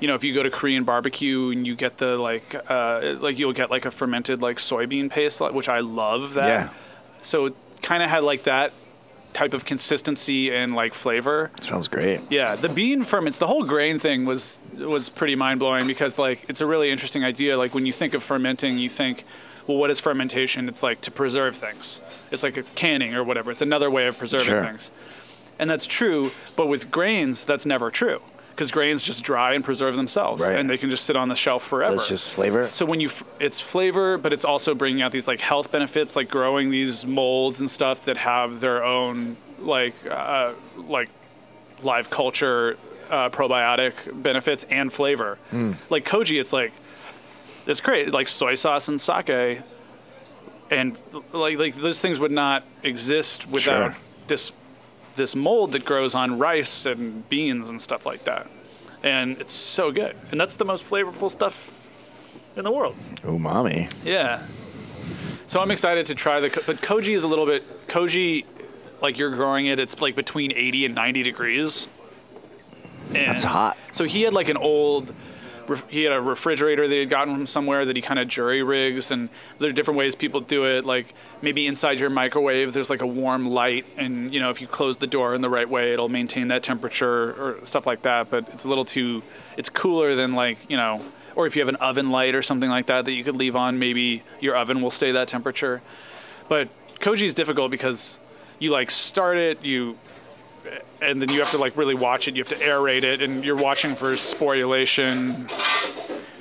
[SPEAKER 1] you know, if you go to Korean barbecue and you get the like, uh, like you'll get like a fermented like soybean paste, like- which I love that.
[SPEAKER 2] Yeah.
[SPEAKER 1] So it kind of had like that type of consistency and like flavor.
[SPEAKER 2] Sounds great.
[SPEAKER 1] Yeah, the bean ferments, the whole grain thing was was pretty mind blowing because like it's a really interesting idea. Like when you think of fermenting, you think, well, what is fermentation? It's like to preserve things. It's like a canning or whatever. It's another way of preserving
[SPEAKER 2] Sure.
[SPEAKER 1] things, and that's true. But with grains, that's never true because grains just dry and preserve themselves,
[SPEAKER 2] Right.
[SPEAKER 1] and they can just sit on the shelf forever.
[SPEAKER 2] That's just flavor.
[SPEAKER 1] So when you, f- it's flavor, but it's also bringing out these like health benefits, like growing these molds and stuff that have their own like uh, like live culture uh, probiotic benefits and flavor. Like koji, it's like it's great, like soy sauce and sake, and like like those things would not exist without
[SPEAKER 2] Sure.
[SPEAKER 1] this this mold that grows on rice and beans and stuff like that. And it's so good, and that's the most flavorful stuff in the world.
[SPEAKER 2] Umami.
[SPEAKER 1] Yeah. So I'm excited to try the, ko- but koji is a little bit koji, like you're growing it. It's like between 80 and 90 degrees. And
[SPEAKER 2] That's hot.
[SPEAKER 1] So he had like an old, ref- he had a refrigerator that he had gotten from somewhere that he kind of jury rigs, and there are different ways people do it. Like maybe inside your microwave, there's like a warm light, and you know if you close the door in the right way, it'll maintain that temperature or stuff like that. But it's a little too, it's cooler than like you know, or if you have an oven light or something like that that you could leave on, maybe your oven will stay that temperature. But koji is difficult because you like start it, you and then you have to like really watch it. You have to aerate it, and you're watching for sporulation,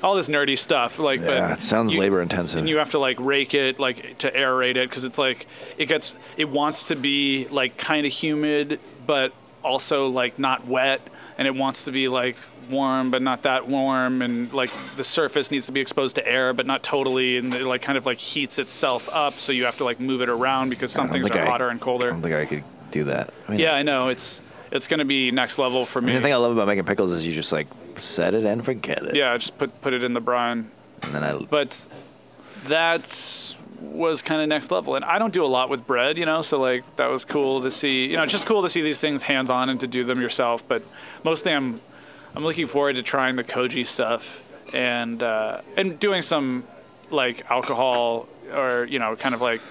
[SPEAKER 1] all this nerdy stuff. Like,
[SPEAKER 2] Yeah,
[SPEAKER 1] but
[SPEAKER 2] it sounds
[SPEAKER 1] you-
[SPEAKER 2] labor intensive.
[SPEAKER 1] And you have to like rake it, like to aerate it, because it's like it gets, it wants to be like kind of humid, but also like not wet, and it wants to be like warm but not that warm and like the surface needs to be exposed to air but not totally and it like kind of like heats itself up so you have to like move it around because some
[SPEAKER 2] I don't
[SPEAKER 1] things
[SPEAKER 2] think
[SPEAKER 1] are
[SPEAKER 2] I-
[SPEAKER 1] hotter and colder
[SPEAKER 2] I don't think I could do that. I mean,
[SPEAKER 1] yeah, I know. It's it's gonna be next level for
[SPEAKER 2] I
[SPEAKER 1] me.
[SPEAKER 2] mean, the thing I love about making pickles is you just like set it and forget it.
[SPEAKER 1] yeah, just put put it in the brine.
[SPEAKER 2] And then I.
[SPEAKER 1] But that was kind of next level. And I don't do a lot with bread, you know. So like that was cool to see. You know, it's just cool to see these things hands on and to do them yourself. But mostly, I'm I'm looking forward to trying the koji stuff and uh, and doing some like alcohol or you know kind of like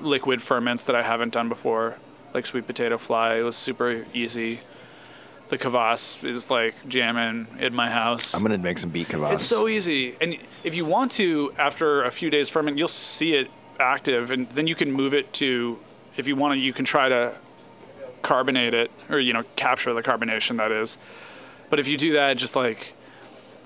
[SPEAKER 1] liquid ferments that I haven't done before, like sweet potato fly. It was super easy. The kvass is like jamming in my house.
[SPEAKER 2] I'm gonna make some beet kebabs.
[SPEAKER 1] It's so easy, and if you want to, after a few days ferment, you'll see it active, and then you can move it to. If you want to, you can try to carbonate it, or you know, capture the carbonation that is. But if you do that, just like,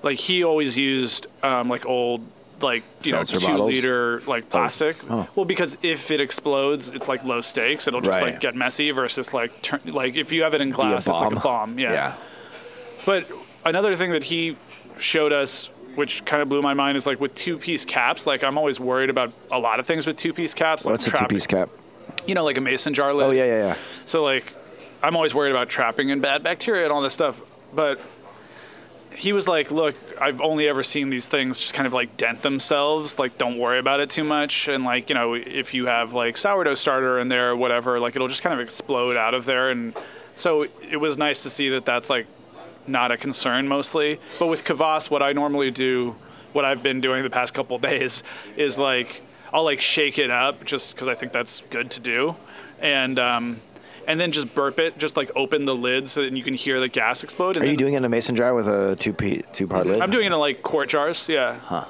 [SPEAKER 1] like he always used um, like old like you
[SPEAKER 2] Seltzer
[SPEAKER 1] know two
[SPEAKER 2] bottles?
[SPEAKER 1] liter like plastic.
[SPEAKER 2] Oh.
[SPEAKER 1] Well, because if it explodes, it's like low stakes. It'll just
[SPEAKER 2] Right.
[SPEAKER 1] like get messy. Versus like turn, like if you have it in
[SPEAKER 2] Be a
[SPEAKER 1] glass, it's like a bomb.
[SPEAKER 2] yeah.
[SPEAKER 1] But another thing that he showed us, which kind of blew my mind, is like with two-piece caps. Like I'm always worried about a lot of things with two-piece caps.
[SPEAKER 2] What's
[SPEAKER 1] like
[SPEAKER 2] a two-piece cap?
[SPEAKER 1] You know, like a mason jar lid.
[SPEAKER 2] Oh yeah, yeah, yeah.
[SPEAKER 1] So like, I'm always worried about trapping and bad bacteria and all this stuff. But he was like, "Look, I've only ever seen these things just kind of like dent themselves. Like, don't worry about it too much. And like, you know, if you have like sourdough starter in there or whatever, like it'll just kind of explode out of there. And so it was nice to see that that's like not a concern mostly. But with kvass, what I normally do, what I've been doing the past couple days, is like I'll like shake it up just because I think that's good to do, and um, and then just burp it, just like open the lid so that you can hear the gas explode. And
[SPEAKER 2] Are
[SPEAKER 1] then
[SPEAKER 2] you doing it in a mason jar with a two pe- two part lid?
[SPEAKER 1] I'm doing it in like quart jars. Yeah.
[SPEAKER 2] Huh.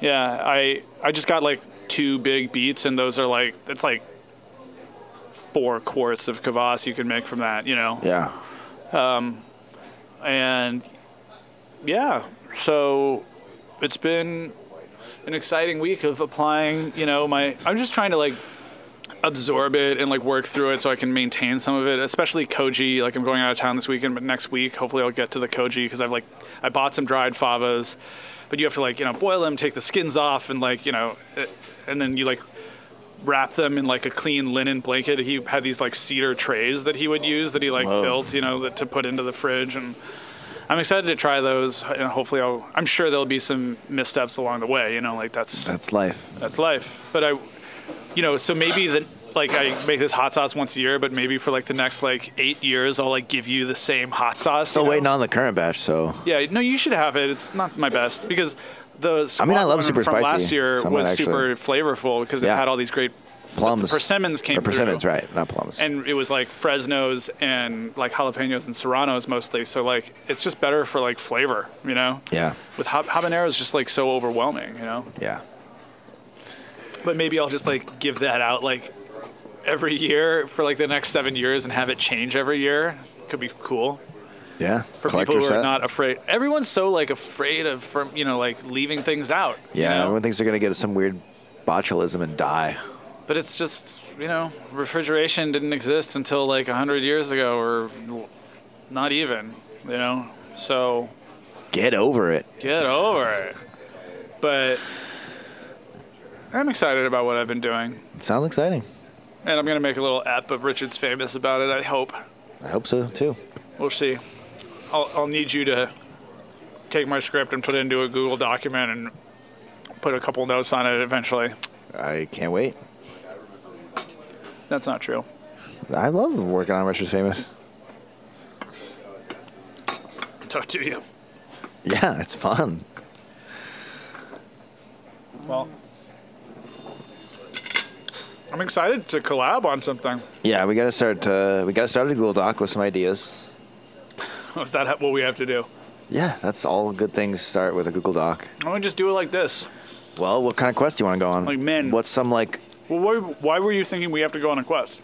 [SPEAKER 1] Yeah. I I just got like two big beets, and those are like it's like four quarts of kvass you can make from that. You know.
[SPEAKER 2] Yeah.
[SPEAKER 1] and yeah, so it's been an exciting week of applying. You know, my I'm just trying to like absorb it and like work through it so I can maintain some of it. Especially koji. Like I'm going out of town this weekend, but next week hopefully I'll get to the koji because I've like I bought some dried favas, but you have to like you know boil them, take the skins off, and like you know, eh, and then you like wrap them in like a clean linen blanket. He had these like cedar trays that he would use that he like
[SPEAKER 2] Whoa.
[SPEAKER 1] built, you know, that to put into the fridge and. I'm excited to try those, and hopefully, I'll, I'm sure there'll be some missteps along the way. You know, like that's
[SPEAKER 2] That's life.
[SPEAKER 1] that's life. But I, you know, so maybe the like I make this hot sauce once a year, but maybe for like the next like eight years, I'll like give you the same hot sauce.
[SPEAKER 2] Still
[SPEAKER 1] you know?
[SPEAKER 2] waiting on the current batch, so
[SPEAKER 1] Yeah, no, you should have it. It's not my best because the
[SPEAKER 2] I mean, I
[SPEAKER 1] squat
[SPEAKER 2] love
[SPEAKER 1] one
[SPEAKER 2] super
[SPEAKER 1] from
[SPEAKER 2] spicy,
[SPEAKER 1] last year
[SPEAKER 2] so I might
[SPEAKER 1] was
[SPEAKER 2] actually-
[SPEAKER 1] super flavorful because
[SPEAKER 2] Yeah.
[SPEAKER 1] it had all these great
[SPEAKER 2] plums.
[SPEAKER 1] persimmons came
[SPEAKER 2] or persimmons,
[SPEAKER 1] through.
[SPEAKER 2] right? Not plums.
[SPEAKER 1] and it was like Fresno's and like jalapenos and serranos mostly. So like it's just better for like flavor, you know.
[SPEAKER 2] yeah,
[SPEAKER 1] With ha- habaneros, just like so overwhelming, you know.
[SPEAKER 2] yeah.
[SPEAKER 1] But maybe I'll just like give that out like every year for like the next seven years and have it change every year. Could be cool
[SPEAKER 2] Yeah.
[SPEAKER 1] for people who are not afraid. Everyone's so like afraid of from you know like leaving things out. you
[SPEAKER 2] yeah,
[SPEAKER 1] know?
[SPEAKER 2] everyone thinks they're gonna get some weird botulism and die.
[SPEAKER 1] But it's just you know refrigeration didn't exist until like hundred years ago or l- not even you know. So
[SPEAKER 2] Get over it.
[SPEAKER 1] get over it. But I'm excited about what I've been doing,
[SPEAKER 2] it. Sounds exciting.
[SPEAKER 1] and I'm gonna make a little app of Richard's famous about it. I hope.
[SPEAKER 2] I hope so too.
[SPEAKER 1] We'll see. I'll, I'll need you to take my script and put it into a Google document and put a couple notes on it eventually.
[SPEAKER 2] I can't wait.
[SPEAKER 1] That's not true.
[SPEAKER 2] I love working on Richard's Famous.
[SPEAKER 1] Talk to you.
[SPEAKER 2] Yeah, it's fun.
[SPEAKER 1] Well, I'm excited to collab on something.
[SPEAKER 2] Yeah, we gotta start. Uh, we gotta start a Google Doc with some ideas.
[SPEAKER 1] Is that what we have to do?
[SPEAKER 2] Yeah, that's all good things start with a Google Doc.
[SPEAKER 1] I'm gonna just do it like this.
[SPEAKER 2] Well, what kind of quest do you want to go on?
[SPEAKER 1] Like men.
[SPEAKER 2] What's some like?
[SPEAKER 1] Well, why, why were you thinking we have to go on a quest?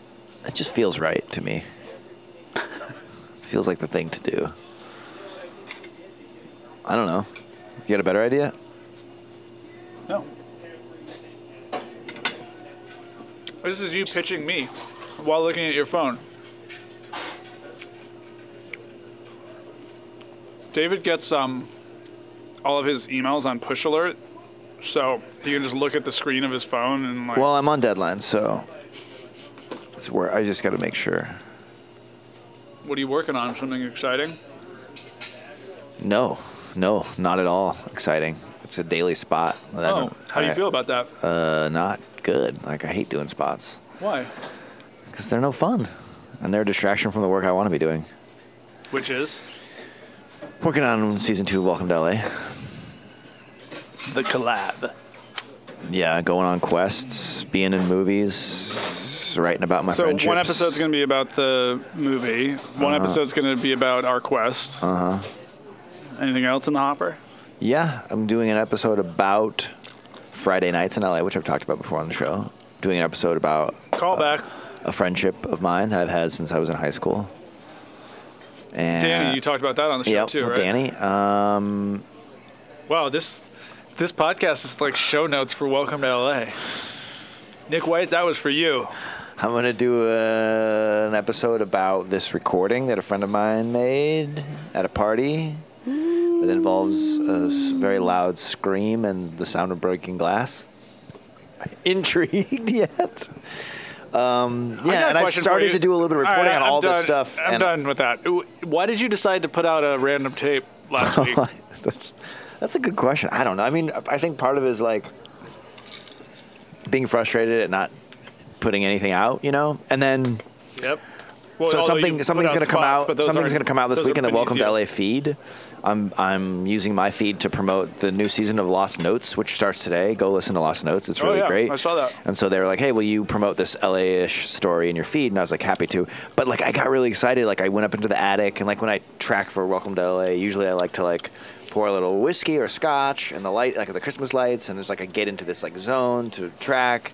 [SPEAKER 2] It just feels right to me. it feels like the thing to do. I don't know. You got a better idea?
[SPEAKER 1] No. This is you pitching me while looking at your phone. David gets um, all of his emails on push alert, so he can just look at the screen of his phone and like.
[SPEAKER 2] Well, I'm on deadline, so it's where I just got to make sure.
[SPEAKER 1] what are you working on? Something exciting?
[SPEAKER 2] No, no, not at all exciting. It's a daily spot. that I
[SPEAKER 1] oh,
[SPEAKER 2] don't-
[SPEAKER 1] how do you
[SPEAKER 2] I-
[SPEAKER 1] feel about that?
[SPEAKER 2] Uh, not good. Like I hate doing spots
[SPEAKER 1] Why?
[SPEAKER 2] because they're no fun, and they're a distraction from the work I want to be doing.
[SPEAKER 1] Which is
[SPEAKER 2] Working on season two of Welcome to LA.
[SPEAKER 1] the collab.
[SPEAKER 2] Yeah, going on quests, being in movies, writing about my
[SPEAKER 1] So
[SPEAKER 2] friendships. Uh-huh.
[SPEAKER 1] one episode's going to be about the movie. One episode's going to be about our quest.
[SPEAKER 2] Uh huh.
[SPEAKER 1] Anything else in the hopper?
[SPEAKER 2] Yeah, I'm doing an episode about Friday nights in LA, which I've talked about before on the show. Doing an episode about
[SPEAKER 1] Call back.
[SPEAKER 2] a friendship of mine that I've had since I was in high school. And
[SPEAKER 1] Danny, you talked about that on the show
[SPEAKER 2] yeah,
[SPEAKER 1] too,
[SPEAKER 2] with
[SPEAKER 1] right?
[SPEAKER 2] Danny. Um,
[SPEAKER 1] Wow, this this podcast is like show notes for Welcome to LA. Nick White, that was for you.
[SPEAKER 2] I'm gonna do uh an episode about this recording that a friend of mine made at a party that involves a s- very loud scream and the sound of breaking glass. Intrigued yet? Um,
[SPEAKER 1] I got a
[SPEAKER 2] yeah, and I've
[SPEAKER 1] question for
[SPEAKER 2] started
[SPEAKER 1] you.
[SPEAKER 2] to do a little bit of reporting
[SPEAKER 1] right,
[SPEAKER 2] on
[SPEAKER 1] I'm
[SPEAKER 2] all
[SPEAKER 1] done-
[SPEAKER 2] this stuff.
[SPEAKER 1] I'm
[SPEAKER 2] and
[SPEAKER 1] done with that. Ooh, Why did you decide to put out a random tape last week?
[SPEAKER 2] Oh, that's that's a good question. I don't know. I mean, I think part of it is like being frustrated at not putting anything out, you know, and then
[SPEAKER 1] Yep. Well,
[SPEAKER 2] so
[SPEAKER 1] although "Oh, you
[SPEAKER 2] something
[SPEAKER 1] put
[SPEAKER 2] something's
[SPEAKER 1] out
[SPEAKER 2] going to come
[SPEAKER 1] spots,
[SPEAKER 2] out
[SPEAKER 1] but those
[SPEAKER 2] something's
[SPEAKER 1] aren't-
[SPEAKER 2] going to come out this
[SPEAKER 1] those are
[SPEAKER 2] week in the
[SPEAKER 1] beneath
[SPEAKER 2] Welcome
[SPEAKER 1] you.
[SPEAKER 2] to LA feed. I'm I'm using my feed to promote the new season of Lost Notes, which starts today. Go listen to Lost Notes; it's
[SPEAKER 1] Oh,
[SPEAKER 2] really
[SPEAKER 1] yeah,
[SPEAKER 2] great.
[SPEAKER 1] I saw that.
[SPEAKER 2] And so they were like, "Hey, will you promote this LA-ish story in your feed?" And I was like, "Happy to." But like, I got really excited. Like, I went up into the attic, and like when I track for Welcome to LA, usually I like to like pour a little whiskey or scotch and the light, like the Christmas lights, and there's like I get into this like zone to track.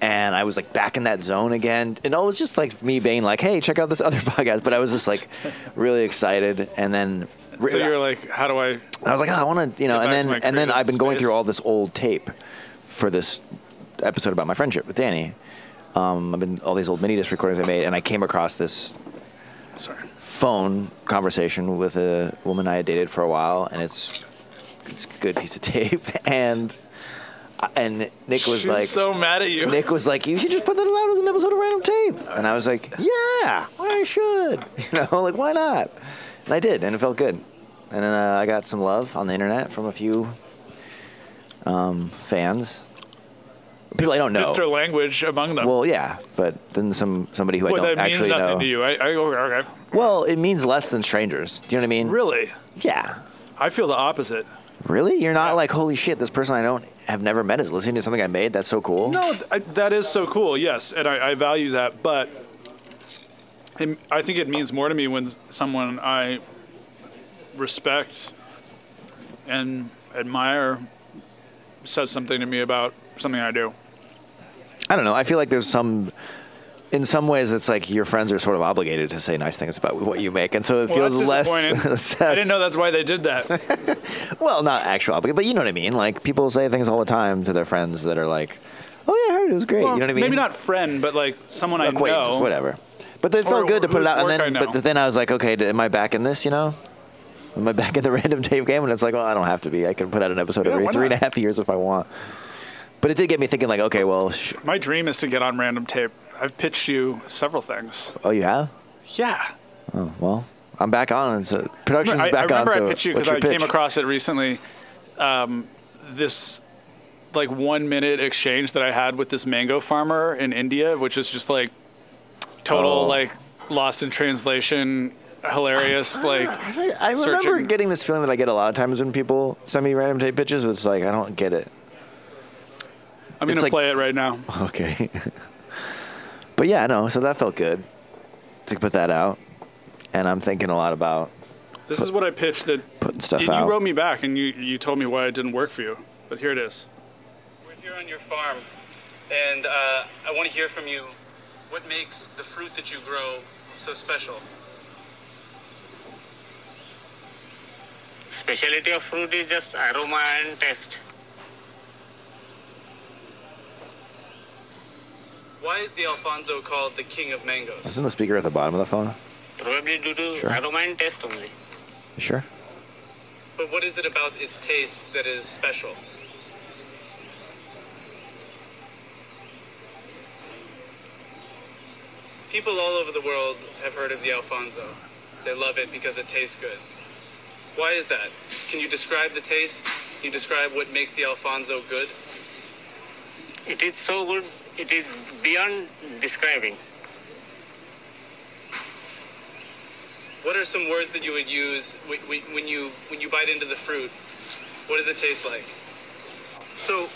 [SPEAKER 2] And I was like back in that zone again, and it was just like me being like, "Hey, check out this other podcast." But I was just like really excited, and then
[SPEAKER 1] So you're like, how do I?
[SPEAKER 2] I was like, oh, I want to, you know,
[SPEAKER 1] Get back
[SPEAKER 2] and then
[SPEAKER 1] to my
[SPEAKER 2] and then
[SPEAKER 1] creative
[SPEAKER 2] I've been going
[SPEAKER 1] space.
[SPEAKER 2] through all this old tape for this episode about my friendship with Danny. Um, I've been all these old mini disc recordings I made, and I came across this
[SPEAKER 1] Sorry.
[SPEAKER 2] phone conversation with a woman I had dated for a while, and it's it's a good piece of tape. And and Nick was
[SPEAKER 1] She's
[SPEAKER 2] like,
[SPEAKER 1] so mad at you.
[SPEAKER 2] Nick was like, you should just put that out as an episode of Random Tape. And I was like, yeah, I should. You know, like, why not? And I did, and it felt good. And then uh, I got some love on the internet from a few um, fans. People I don't know.
[SPEAKER 1] Mr. Language among them.
[SPEAKER 2] Well, yeah, but then some somebody who
[SPEAKER 1] Boy,
[SPEAKER 2] I don't
[SPEAKER 1] that means
[SPEAKER 2] actually
[SPEAKER 1] nothing
[SPEAKER 2] know.
[SPEAKER 1] to you. I, I go, okay.
[SPEAKER 2] Well, it means less than strangers. Do you know what I mean?
[SPEAKER 1] Really?
[SPEAKER 2] Yeah.
[SPEAKER 1] I feel the opposite.
[SPEAKER 2] Really? You're not like, holy shit, this person I don't have never met is listening to something I made. That's so cool.
[SPEAKER 1] No, th- I, that is so cool. Yes, and I, I value that, but it, I think it means more to me when someone I respect and admire says something to me about something I do.
[SPEAKER 2] I don't know. I feel like there's some. In some ways, it's like your friends are sort of obligated to say nice things about what you make, and so it
[SPEAKER 1] Well,
[SPEAKER 2] feels
[SPEAKER 1] that's
[SPEAKER 2] less.
[SPEAKER 1] disappointing.
[SPEAKER 2] less-
[SPEAKER 1] I didn't know that's why they did that.
[SPEAKER 2] Well, not actual obligation, but you know what I mean. Like people say things all the time to their friends that are like, "Oh yeah, I heard it was great."
[SPEAKER 1] Well,
[SPEAKER 2] you know what I mean?
[SPEAKER 1] Maybe not friend, but like someone I
[SPEAKER 2] acquaintances,
[SPEAKER 1] know.
[SPEAKER 2] whatever. But it felt
[SPEAKER 1] Or-
[SPEAKER 2] good to
[SPEAKER 1] or
[SPEAKER 2] put it
[SPEAKER 1] whose
[SPEAKER 2] out, and
[SPEAKER 1] work
[SPEAKER 2] then
[SPEAKER 1] I know.
[SPEAKER 2] but then I was like, okay, d- am I back in this? You know, am I back in the random tape game? And it's like, well, I don't have to be. I can put out an episode
[SPEAKER 1] Yeah,
[SPEAKER 2] every
[SPEAKER 1] why
[SPEAKER 2] three and a
[SPEAKER 1] not?
[SPEAKER 2] half years if I want. But it did get me thinking, like, okay, well, sh-
[SPEAKER 1] My dream is to get on random tape. I've pitched you several things.
[SPEAKER 2] oh, you have?
[SPEAKER 1] Yeah.
[SPEAKER 2] Oh, well, I'm back on, and so production's
[SPEAKER 1] I, I
[SPEAKER 2] back on.
[SPEAKER 1] remember
[SPEAKER 2] so
[SPEAKER 1] I pitched you
[SPEAKER 2] what's
[SPEAKER 1] because
[SPEAKER 2] your
[SPEAKER 1] I
[SPEAKER 2] pitch?
[SPEAKER 1] came across it recently. Um, this like one minute exchange that I had with this mango farmer in India, which is just like total
[SPEAKER 2] Oh.
[SPEAKER 1] like lost in translation, hilarious. like
[SPEAKER 2] I remember
[SPEAKER 1] searching.
[SPEAKER 2] getting this feeling that I get a lot of times when people send me random tape pitches. It's like I don't get it.
[SPEAKER 1] I'm
[SPEAKER 2] It's
[SPEAKER 1] gonna
[SPEAKER 2] like-
[SPEAKER 1] play it right now.
[SPEAKER 2] Okay. but yeah, no. So that felt good to put that out, and I'm thinking a lot about
[SPEAKER 1] This is what I pitched that
[SPEAKER 2] putting stuff
[SPEAKER 1] you,
[SPEAKER 2] out.
[SPEAKER 1] you wrote me back and you you told me why it didn't work for you. But here it is.
[SPEAKER 5] We're here on your farm, and uh, I want to hear from you. What makes the fruit that you grow so special?
[SPEAKER 6] Speciality of fruit is just aroma and taste.
[SPEAKER 5] Why is the Alfonso called the king of mangoes?
[SPEAKER 2] Isn't the speaker at the bottom of the phone?
[SPEAKER 6] Probably due to
[SPEAKER 2] Sure.
[SPEAKER 6] aroma and taste only.
[SPEAKER 2] You sure.
[SPEAKER 5] But what is it about its taste that is special? People all over the world have heard of the Alfonso. They love it because it tastes good. Why is that? Can you describe the taste? Can you describe what makes the Alfonso good?
[SPEAKER 6] It is so good, it is beyond describing.
[SPEAKER 5] What are some words that you would use when, when you when you bite into the fruit? What does it taste like? So,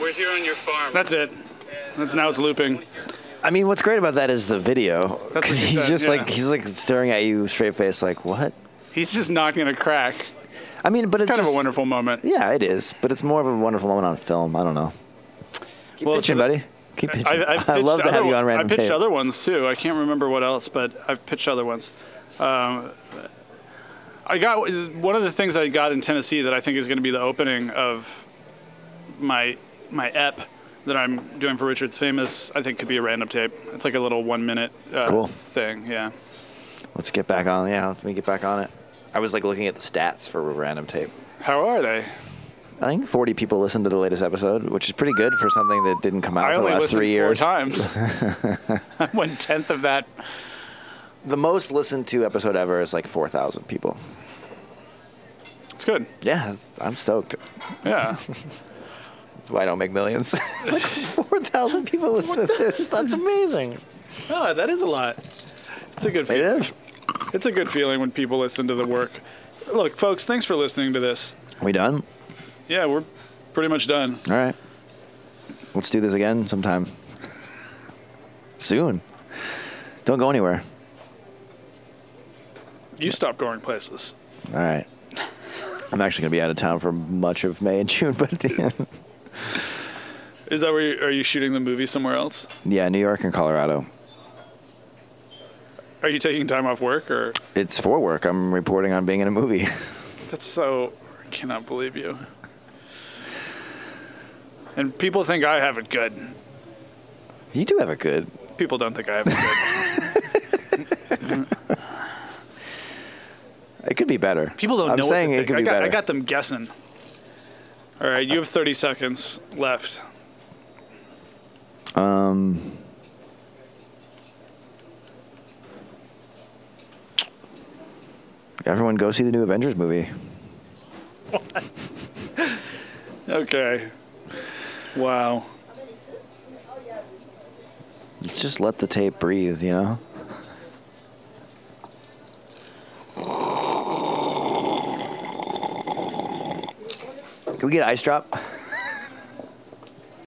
[SPEAKER 5] we're here on your farm.
[SPEAKER 1] That's it. That's now it's looping.
[SPEAKER 2] I mean, what's great about that is the video.
[SPEAKER 1] That's what
[SPEAKER 2] 'Cause
[SPEAKER 1] she
[SPEAKER 2] he's
[SPEAKER 1] said,
[SPEAKER 2] just
[SPEAKER 1] yeah.
[SPEAKER 2] like he's like staring at you straight face, like what?
[SPEAKER 1] He's just not gonna crack.
[SPEAKER 2] I mean, but it's,
[SPEAKER 1] Kind of
[SPEAKER 2] just-
[SPEAKER 1] a wonderful moment.
[SPEAKER 2] Yeah, it is, but it's more of a wonderful moment on film. I don't know. Keep
[SPEAKER 1] Well, so
[SPEAKER 2] pitching,
[SPEAKER 1] the-
[SPEAKER 2] buddy. Keep pitching.
[SPEAKER 1] I've,
[SPEAKER 2] i
[SPEAKER 1] I've pitched
[SPEAKER 2] love to have
[SPEAKER 1] other
[SPEAKER 2] you
[SPEAKER 1] one-
[SPEAKER 2] on random
[SPEAKER 1] I pitched
[SPEAKER 2] tape.
[SPEAKER 1] other ones too. I can't remember what else, but I've pitched other ones. Um, I got one of the things I got in Tennessee that I think is going to be the opening of my my ep that I'm doing for Richard's Famous. I think could be a random tape. It's like a little one minute uh,
[SPEAKER 2] Cool.
[SPEAKER 1] thing. Yeah.
[SPEAKER 2] Let's get back on. Yeah, let me get back on it. I was like looking at the stats for random tape.
[SPEAKER 1] How are they?
[SPEAKER 2] I think 40 people listened to the latest episode, which is pretty good for something that didn't come out
[SPEAKER 1] I
[SPEAKER 2] for the
[SPEAKER 1] only
[SPEAKER 2] last
[SPEAKER 1] listened
[SPEAKER 2] three
[SPEAKER 1] four
[SPEAKER 2] years.
[SPEAKER 1] times. one tenth of that.
[SPEAKER 2] The most listened to episode ever is like 4,000 people.
[SPEAKER 1] It's good.
[SPEAKER 2] Yeah, I'm stoked.
[SPEAKER 1] Yeah.
[SPEAKER 2] That's why I don't make millions. like 4,000 people listen to this. That's amazing.
[SPEAKER 1] oh, that is a lot. It's a good.
[SPEAKER 2] It is.
[SPEAKER 1] It's a good feeling when people listen to the work. Look, folks, thanks for listening to this.
[SPEAKER 2] We done?
[SPEAKER 1] Yeah, we're pretty much done.
[SPEAKER 2] All right. Let's do this again sometime. Soon. Don't go anywhere.
[SPEAKER 1] You stop going places.
[SPEAKER 2] All right. I'm actually going to be out of town for much of May and June, but
[SPEAKER 1] Is that where you, are you shooting the movie somewhere else?
[SPEAKER 2] yeah, New York and Colorado.
[SPEAKER 1] Are you taking time off work or?
[SPEAKER 2] It's for work. I'm reporting on being in a movie.
[SPEAKER 1] That's so. I cannot believe you. And people think I have it good.
[SPEAKER 2] you do have a good.
[SPEAKER 1] People don't think I have it good.
[SPEAKER 2] It could be better.
[SPEAKER 1] People don't
[SPEAKER 2] I'm
[SPEAKER 1] know.
[SPEAKER 2] saying
[SPEAKER 1] what to
[SPEAKER 2] it could
[SPEAKER 1] think.
[SPEAKER 2] be
[SPEAKER 1] I got,
[SPEAKER 2] better.
[SPEAKER 1] I got them guessing. All right, you have 30 seconds left.
[SPEAKER 2] Um, everyone go see the new Avengers movie.
[SPEAKER 1] Okay. Wow.
[SPEAKER 2] Let's just let the tape breathe, you know? Can we get an ice drop?